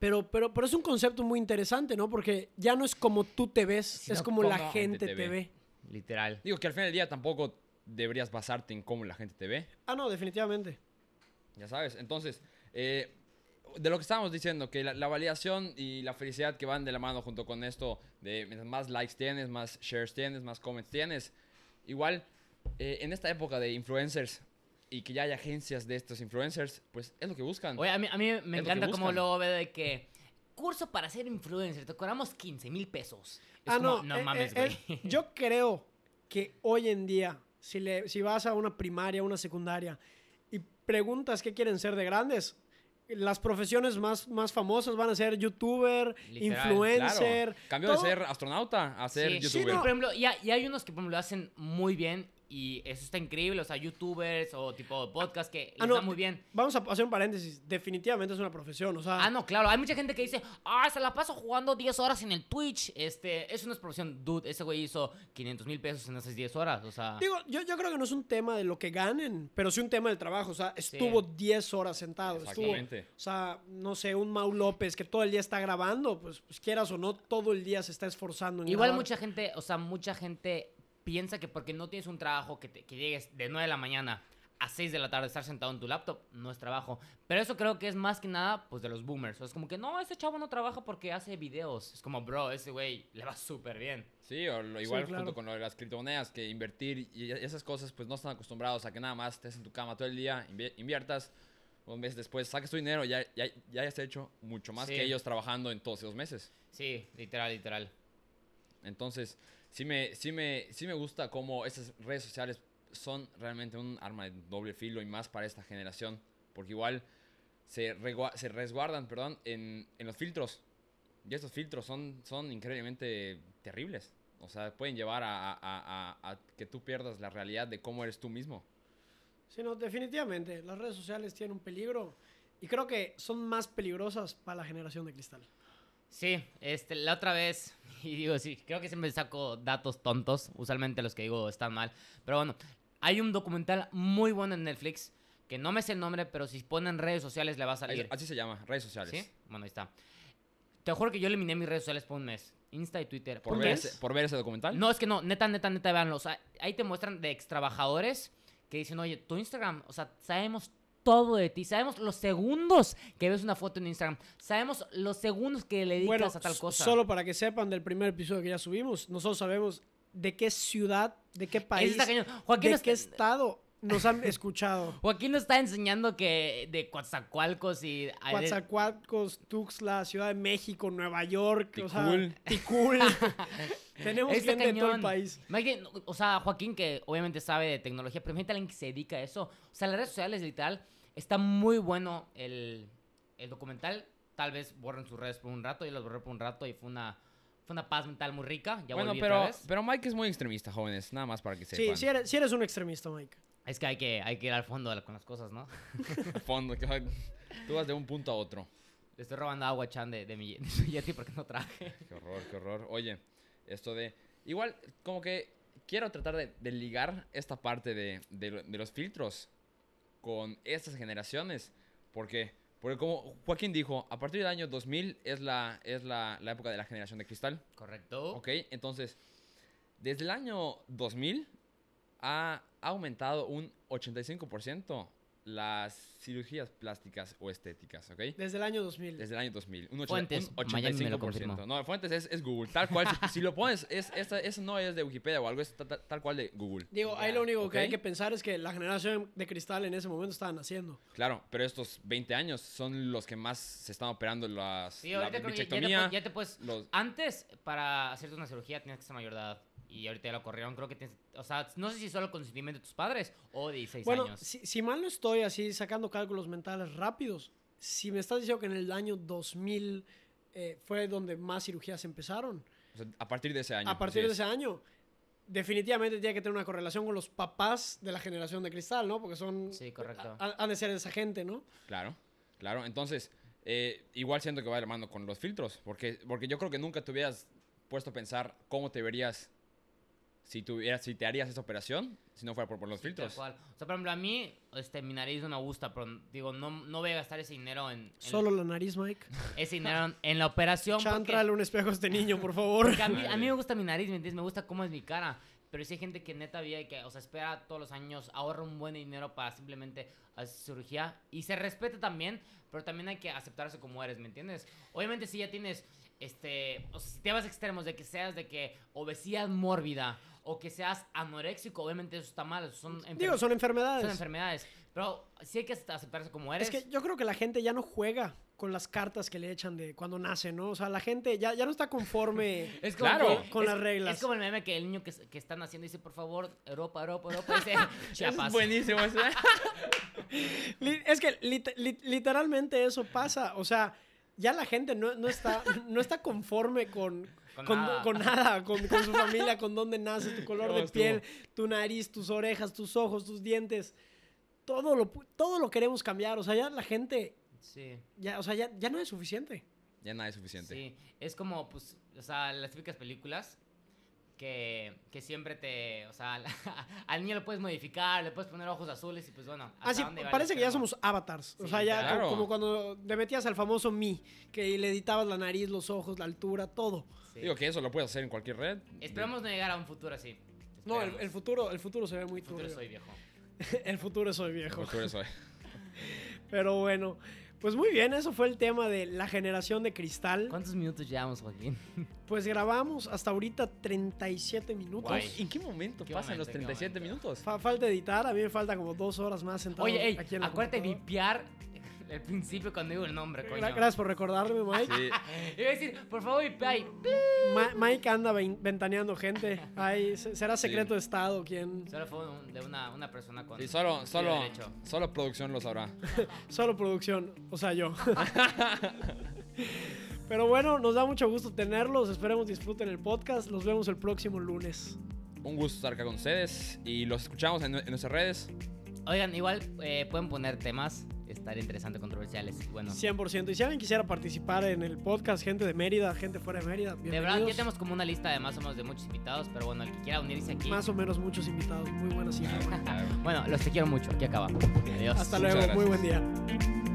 Speaker 1: Pero, pero, pero es un concepto muy interesante, ¿no? Porque ya no es como tú te ves,
Speaker 3: Sino
Speaker 1: es como
Speaker 3: cómo
Speaker 1: la
Speaker 3: la
Speaker 1: gente te ve.
Speaker 2: literal.
Speaker 3: Digo que al final del día tampoco deberías basarte en cómo la gente te ve.
Speaker 1: Ah, no, definitivamente.
Speaker 3: Ya sabes, entonces, eh, de lo que estábamos diciendo, que la, la validación y la felicidad que van de la mano junto con esto, de mientras más likes tienes, más shares tienes, más comments tienes, igual, eh, en esta época de influencers y que ya hay agencias de estos influencers, pues es lo que buscan.
Speaker 2: Oye, a mí, a mí me
Speaker 3: que
Speaker 2: encanta cómo
Speaker 3: buscan.
Speaker 2: luego veo de que curso para ser influencer, te cobramos 15 mil pesos. Es
Speaker 1: ah,
Speaker 2: como,
Speaker 1: no, eh,
Speaker 2: mames,
Speaker 1: eh, eh,
Speaker 2: güey.
Speaker 1: yo creo que hoy en día, si, le, si vas a una primaria, una secundaria y preguntas qué quieren ser de grandes, las profesiones más, más famosas van a ser youtuber,
Speaker 2: Literal,
Speaker 1: influencer.
Speaker 3: Claro, cambió
Speaker 1: todo-
Speaker 3: de ser astronauta a ser
Speaker 2: Sí.
Speaker 3: youtuber.
Speaker 2: Sí, no, por ejemplo, y, hay- y hay unos que por ejemplo, lo hacen muy bien y eso está increíble, o sea, youtubers o tipo podcast que les
Speaker 1: Ah, no,
Speaker 2: va muy bien.
Speaker 1: Vamos a hacer un paréntesis. Definitivamente es una profesión, o sea.
Speaker 2: Ah, no, claro, hay mucha gente que dice, ah, se la paso jugando 10 horas en el Twitch. Este, eso no es profesión, dude. Ese güey hizo 500 mil pesos en esas 10 horas, o sea.
Speaker 1: Digo, yo, yo creo que no es un tema de lo que ganen, pero sí un tema del trabajo. O sea, estuvo 10 horas sentado. estuvo-
Speaker 3: Exactamente.
Speaker 1: o sea, no sé, un Mau López que todo el día está grabando, pues, pues quieras o no, todo el día se está esforzando. En
Speaker 2: Igual
Speaker 1: grabar.
Speaker 2: mucha gente, o sea, mucha gente piensa que porque no tienes un trabajo que, te- que llegues de 9 de la mañana a 6 de la tarde estar sentado en tu laptop, no es trabajo. Pero eso creo que es más que nada, pues, de los boomers. O sea, es como que, no, ese chavo no trabaja porque hace videos. Es como, bro, ese güey le va súper bien.
Speaker 3: Sí, o lo, igual
Speaker 1: claro.
Speaker 3: junto con lo de las criptomonedas, que invertir y e- esas cosas, pues no están acostumbrados a que nada más estés en tu cama todo el día, invi- inviertas, un mes después saques tu dinero, ya, ya, ya hayas hecho mucho más
Speaker 2: Sí.
Speaker 3: que ellos trabajando en todos esos meses.
Speaker 2: Sí, literal, literal.
Speaker 3: Entonces, sí me, sí me, sí me gusta cómo esas redes sociales son realmente un arma de doble filo y más para esta generación, porque igual se, regua- se resguardan perdón, en, en los filtros. Y estos filtros son, son increíblemente terribles. O sea, pueden llevar a, a- a- a- a que tú pierdas la realidad de cómo eres tú mismo.
Speaker 1: Sí, no, definitivamente. Las redes sociales tienen un peligro y creo que son más peligrosas para la generación de cristal.
Speaker 2: Sí, este, la otra vez, y digo, sí, creo que siempre saco datos tontos, usualmente los que digo están mal, pero bueno, hay un documental muy bueno en Netflix, que no me sé el nombre, pero si ponen redes sociales le va a
Speaker 3: Ahí-
Speaker 2: salir.
Speaker 3: Así se llama, redes sociales.
Speaker 2: ¿Sí? Bueno, ahí está. Te juro que yo eliminé mis redes sociales por un mes, Insta y Twitter.
Speaker 3: Por,
Speaker 1: ¿Un
Speaker 3: ver
Speaker 1: mes?
Speaker 3: ese, por ver ese documental.
Speaker 2: No, es que no, neta, neta, neta, veanlo. O sea, ahí te muestran de ex trabajadores que dicen, oye, tu Instagram, o sea, sabemos todo de ti, sabemos los segundos que ves una foto en Instagram, sabemos los segundos que le dedicas
Speaker 1: Bueno,
Speaker 2: a tal
Speaker 1: s-
Speaker 2: cosa.
Speaker 1: solo para que sepan del primer episodio que ya subimos, nosotros sabemos de qué ciudad, de qué país,
Speaker 2: está cañón. Joaquín
Speaker 1: de
Speaker 2: es-
Speaker 1: qué estado nos han escuchado.
Speaker 2: Joaquín nos está enseñando que de Coatzacoalcos y...
Speaker 1: Coatzacoalcos, Tuxtla, Ciudad de México, Nueva York, o sea,
Speaker 3: Ticul.
Speaker 1: Ticul. Tenemos
Speaker 2: Está
Speaker 1: gente de todo el
Speaker 2: cañón.
Speaker 1: país.
Speaker 2: Imagínate, o sea, Joaquín, que obviamente sabe de tecnología, pero imagínate a alguien que se dedica a eso. O sea, las redes sociales, literal, está muy bueno el, el documental. Tal vez borren sus redes por un rato, yo las borré por un rato y fue una, fue una paz mental muy rica. Ya
Speaker 3: bueno,
Speaker 2: volví otra
Speaker 3: pero,
Speaker 2: vez.
Speaker 3: pero Mike es muy extremista, jóvenes. Nada más para que
Speaker 1: Sí,
Speaker 3: sepan.
Speaker 1: si eres, sí eres un extremista, Mike.
Speaker 2: Es que hay, que hay que ir al fondo de la- con las cosas, ¿no?
Speaker 3: Fondo, que va- tú vas de un punto a otro.
Speaker 2: Le estoy robando agua a Chan de, de mi, de su Yeti porque no traje.
Speaker 3: Qué horror, qué horror. Oye, esto de. Igual, como que quiero tratar de, de ligar esta parte de, de lo- de los filtros con estas generaciones. Porque, porque como Joaquín dijo, a partir del año 2000 es la, es la, la época de la generación de cristal.
Speaker 2: Correcto.
Speaker 3: Ok, entonces Desde el año 2000 ha aumentado un 85% las cirugías plásticas o estéticas, ¿ok?
Speaker 1: Desde el año 2000.
Speaker 3: Desde el año 2000. Un ocho-
Speaker 2: Fuentes,
Speaker 3: un
Speaker 2: Miami me lo
Speaker 3: 85%.
Speaker 2: confirmó.
Speaker 3: No, fuentes es, es Google. Tal cual, si, si lo pones, es, esta- eso no es de Wikipedia o algo, es ta- ta- tal, cual de Google.
Speaker 1: Digo, ahí lo único que
Speaker 3: ¿ok?
Speaker 1: hay que pensar es que la generación de cristal en ese momento estaba naciendo.
Speaker 3: Claro, pero estos 20 años son los que más se están operando las
Speaker 2: Sí,
Speaker 3: la
Speaker 2: ahorita creo que ya- ya te
Speaker 3: bichectomía,
Speaker 2: pu- ya te puedes-
Speaker 3: los-
Speaker 2: Antes, para hacerte una cirugía, tenías que ser mayor de edad. Y ahorita ya lo corrieron, creo que tienes... O sea, no sé si solo con consentimiento de tus padres o de 16
Speaker 1: Bueno,
Speaker 2: años.
Speaker 1: si, si mal no estoy así sacando cálculos mentales rápidos, si me estás diciendo que en el año 2000 eh, fue donde más cirugías empezaron,
Speaker 3: o sea, a partir de ese año.
Speaker 1: a partir
Speaker 3: así
Speaker 1: de
Speaker 3: es.
Speaker 1: ese año, definitivamente tiene que tener una correlación con los papás de la generación de cristal, ¿no? Porque son...
Speaker 2: Sí, correcto.
Speaker 1: ha- Han de ser esa gente, ¿no?
Speaker 3: Claro, claro. Entonces, eh, igual siento que va de la mano con los filtros, porque, porque yo creo que nunca te hubieras puesto a pensar cómo te verías si, tuvieras, si te harías esa operación, si no fuera por, por los filtros.
Speaker 2: Tal cual. O sea, por ejemplo, a mí, este, mi nariz no me gusta, pero digo, no, no voy a gastar ese dinero en... en-
Speaker 1: Solo la nariz, Mike.
Speaker 2: Ese dinero en la operación. porque-
Speaker 1: Chantrale un espejo a este niño, por favor.
Speaker 2: Porque a mí, a mí me gusta mi nariz, ¿me entiendes? Me gusta cómo es mi cara. Pero sí hay gente que neta vive que, o sea, espera todos los años, ahorra un buen dinero para simplemente hacer cirugía. Y se respeta también, pero también hay que aceptarse como eres, ¿me entiendes? Obviamente si ya tienes, este, o sea, si te vas a extremos de que seas de que obesidad mórbida o que seas anoréxico, obviamente eso está mal. eso Son, enfer-
Speaker 1: Digo, son
Speaker 2: son
Speaker 1: enfermedades.
Speaker 2: enfermedades. Pero sí hay que aceptarse como eres.
Speaker 1: Es que yo creo que la gente ya no juega con las cartas que le echan de cuando nace, ¿no? O sea, la gente ya, ya no está conforme
Speaker 2: Es como
Speaker 3: Claro.
Speaker 1: con, con
Speaker 2: es-
Speaker 1: las reglas.
Speaker 2: Es como el meme que el niño que, que están haciendo dice, por favor, Europa, Europa, Europa, dice
Speaker 3: Eso
Speaker 2: Chiapas.
Speaker 3: es buenísimo. eso.
Speaker 1: Li- Es que lit- lit- literalmente eso pasa. O sea, ya la gente no, no está, no está conforme con,
Speaker 2: Con
Speaker 1: con-
Speaker 2: nada.
Speaker 1: con nada, con, con su familia, con dónde nace, tu color
Speaker 3: No,
Speaker 1: de
Speaker 3: estuvo.
Speaker 1: piel, tu nariz, tus orejas, tus ojos, tus dientes. Todo lo, pu- todo lo queremos cambiar. O sea, ya la gente,
Speaker 2: Sí.
Speaker 1: ya, o sea, ya, ya no es suficiente.
Speaker 3: ya nada es suficiente.
Speaker 2: Sí, es como, pues, o sea, las típicas películas que, que siempre te, o sea, al niño lo puedes modificar, le puedes poner ojos azules y pues bueno. hasta
Speaker 1: Ah, sí,
Speaker 2: dónde va el
Speaker 1: parece que ya
Speaker 2: extremo.
Speaker 1: somos avatars. o
Speaker 2: Sí,
Speaker 1: sea, ya
Speaker 3: claro.
Speaker 1: co- como cuando le metías al famoso mi, que le editabas la nariz, los ojos, la altura, todo.
Speaker 2: Sí.
Speaker 3: Digo que eso lo puedes hacer en cualquier red.
Speaker 2: Esperamos no llegar a un futuro así.
Speaker 1: No, el,
Speaker 2: Esperamos.
Speaker 1: el futuro, el futuro se ve muy
Speaker 2: El futuro
Speaker 1: turbio.
Speaker 2: soy viejo.
Speaker 1: el futuro soy
Speaker 3: De-
Speaker 1: viejo.
Speaker 3: pues tú eres hoy.
Speaker 1: Pero bueno, pues muy bien, eso fue el tema de la generación de cristal.
Speaker 2: ¿Cuántos minutos llevamos, Joaquín?
Speaker 1: Pues grabamos hasta ahorita 37 minutos.
Speaker 2: Guay.
Speaker 3: ¿En qué momento
Speaker 2: ¿Qué
Speaker 3: pasan
Speaker 2: momento,
Speaker 3: los
Speaker 2: qué
Speaker 3: 37
Speaker 2: momento?
Speaker 3: minutos?
Speaker 1: Fa- falta editar, a mí me falta como dos horas más sentado
Speaker 2: Oye, ey,
Speaker 1: aquí en la
Speaker 2: acuérdate de
Speaker 1: computadora.
Speaker 2: vipiar el principio cuando digo el nombre, coño.
Speaker 1: Gra- Gracias por recordarme, Mike.
Speaker 3: Sí.
Speaker 2: Iba a decir, por favor, vipia y pi.
Speaker 1: Ma- Mike anda ven- ventaneando gente. Ay, se- será secreto de Estado quien...
Speaker 2: Solo fue un- de una, una persona con...
Speaker 3: Sí, solo, solo,
Speaker 2: derecho.
Speaker 3: solo producción lo sabrá.
Speaker 1: Solo producción, o sea, yo. Pero bueno, nos da mucho gusto tenerlos. Esperemos disfruten el podcast. Los vemos el próximo lunes.
Speaker 3: Un gusto estar acá con ustedes y los escuchamos en, en nuestras redes.
Speaker 2: Oigan, igual eh, pueden poner temas, estar interesante, controversiales. y Bueno,
Speaker 1: 100%. Y si alguien quisiera participar en el podcast, gente de Mérida, gente fuera de Mérida,
Speaker 2: de verdad, ya
Speaker 1: bienvenidos.
Speaker 2: tenemos como una lista de más o menos de muchos invitados, pero bueno, el que quiera unirse aquí.
Speaker 1: Más o menos muchos invitados. Muy buenas cifras.
Speaker 2: Bueno, los te quiero mucho. Aquí acaba. Adiós.
Speaker 1: Hasta
Speaker 3: Muchas
Speaker 1: luego. Muy
Speaker 3: gracias.
Speaker 1: buen día.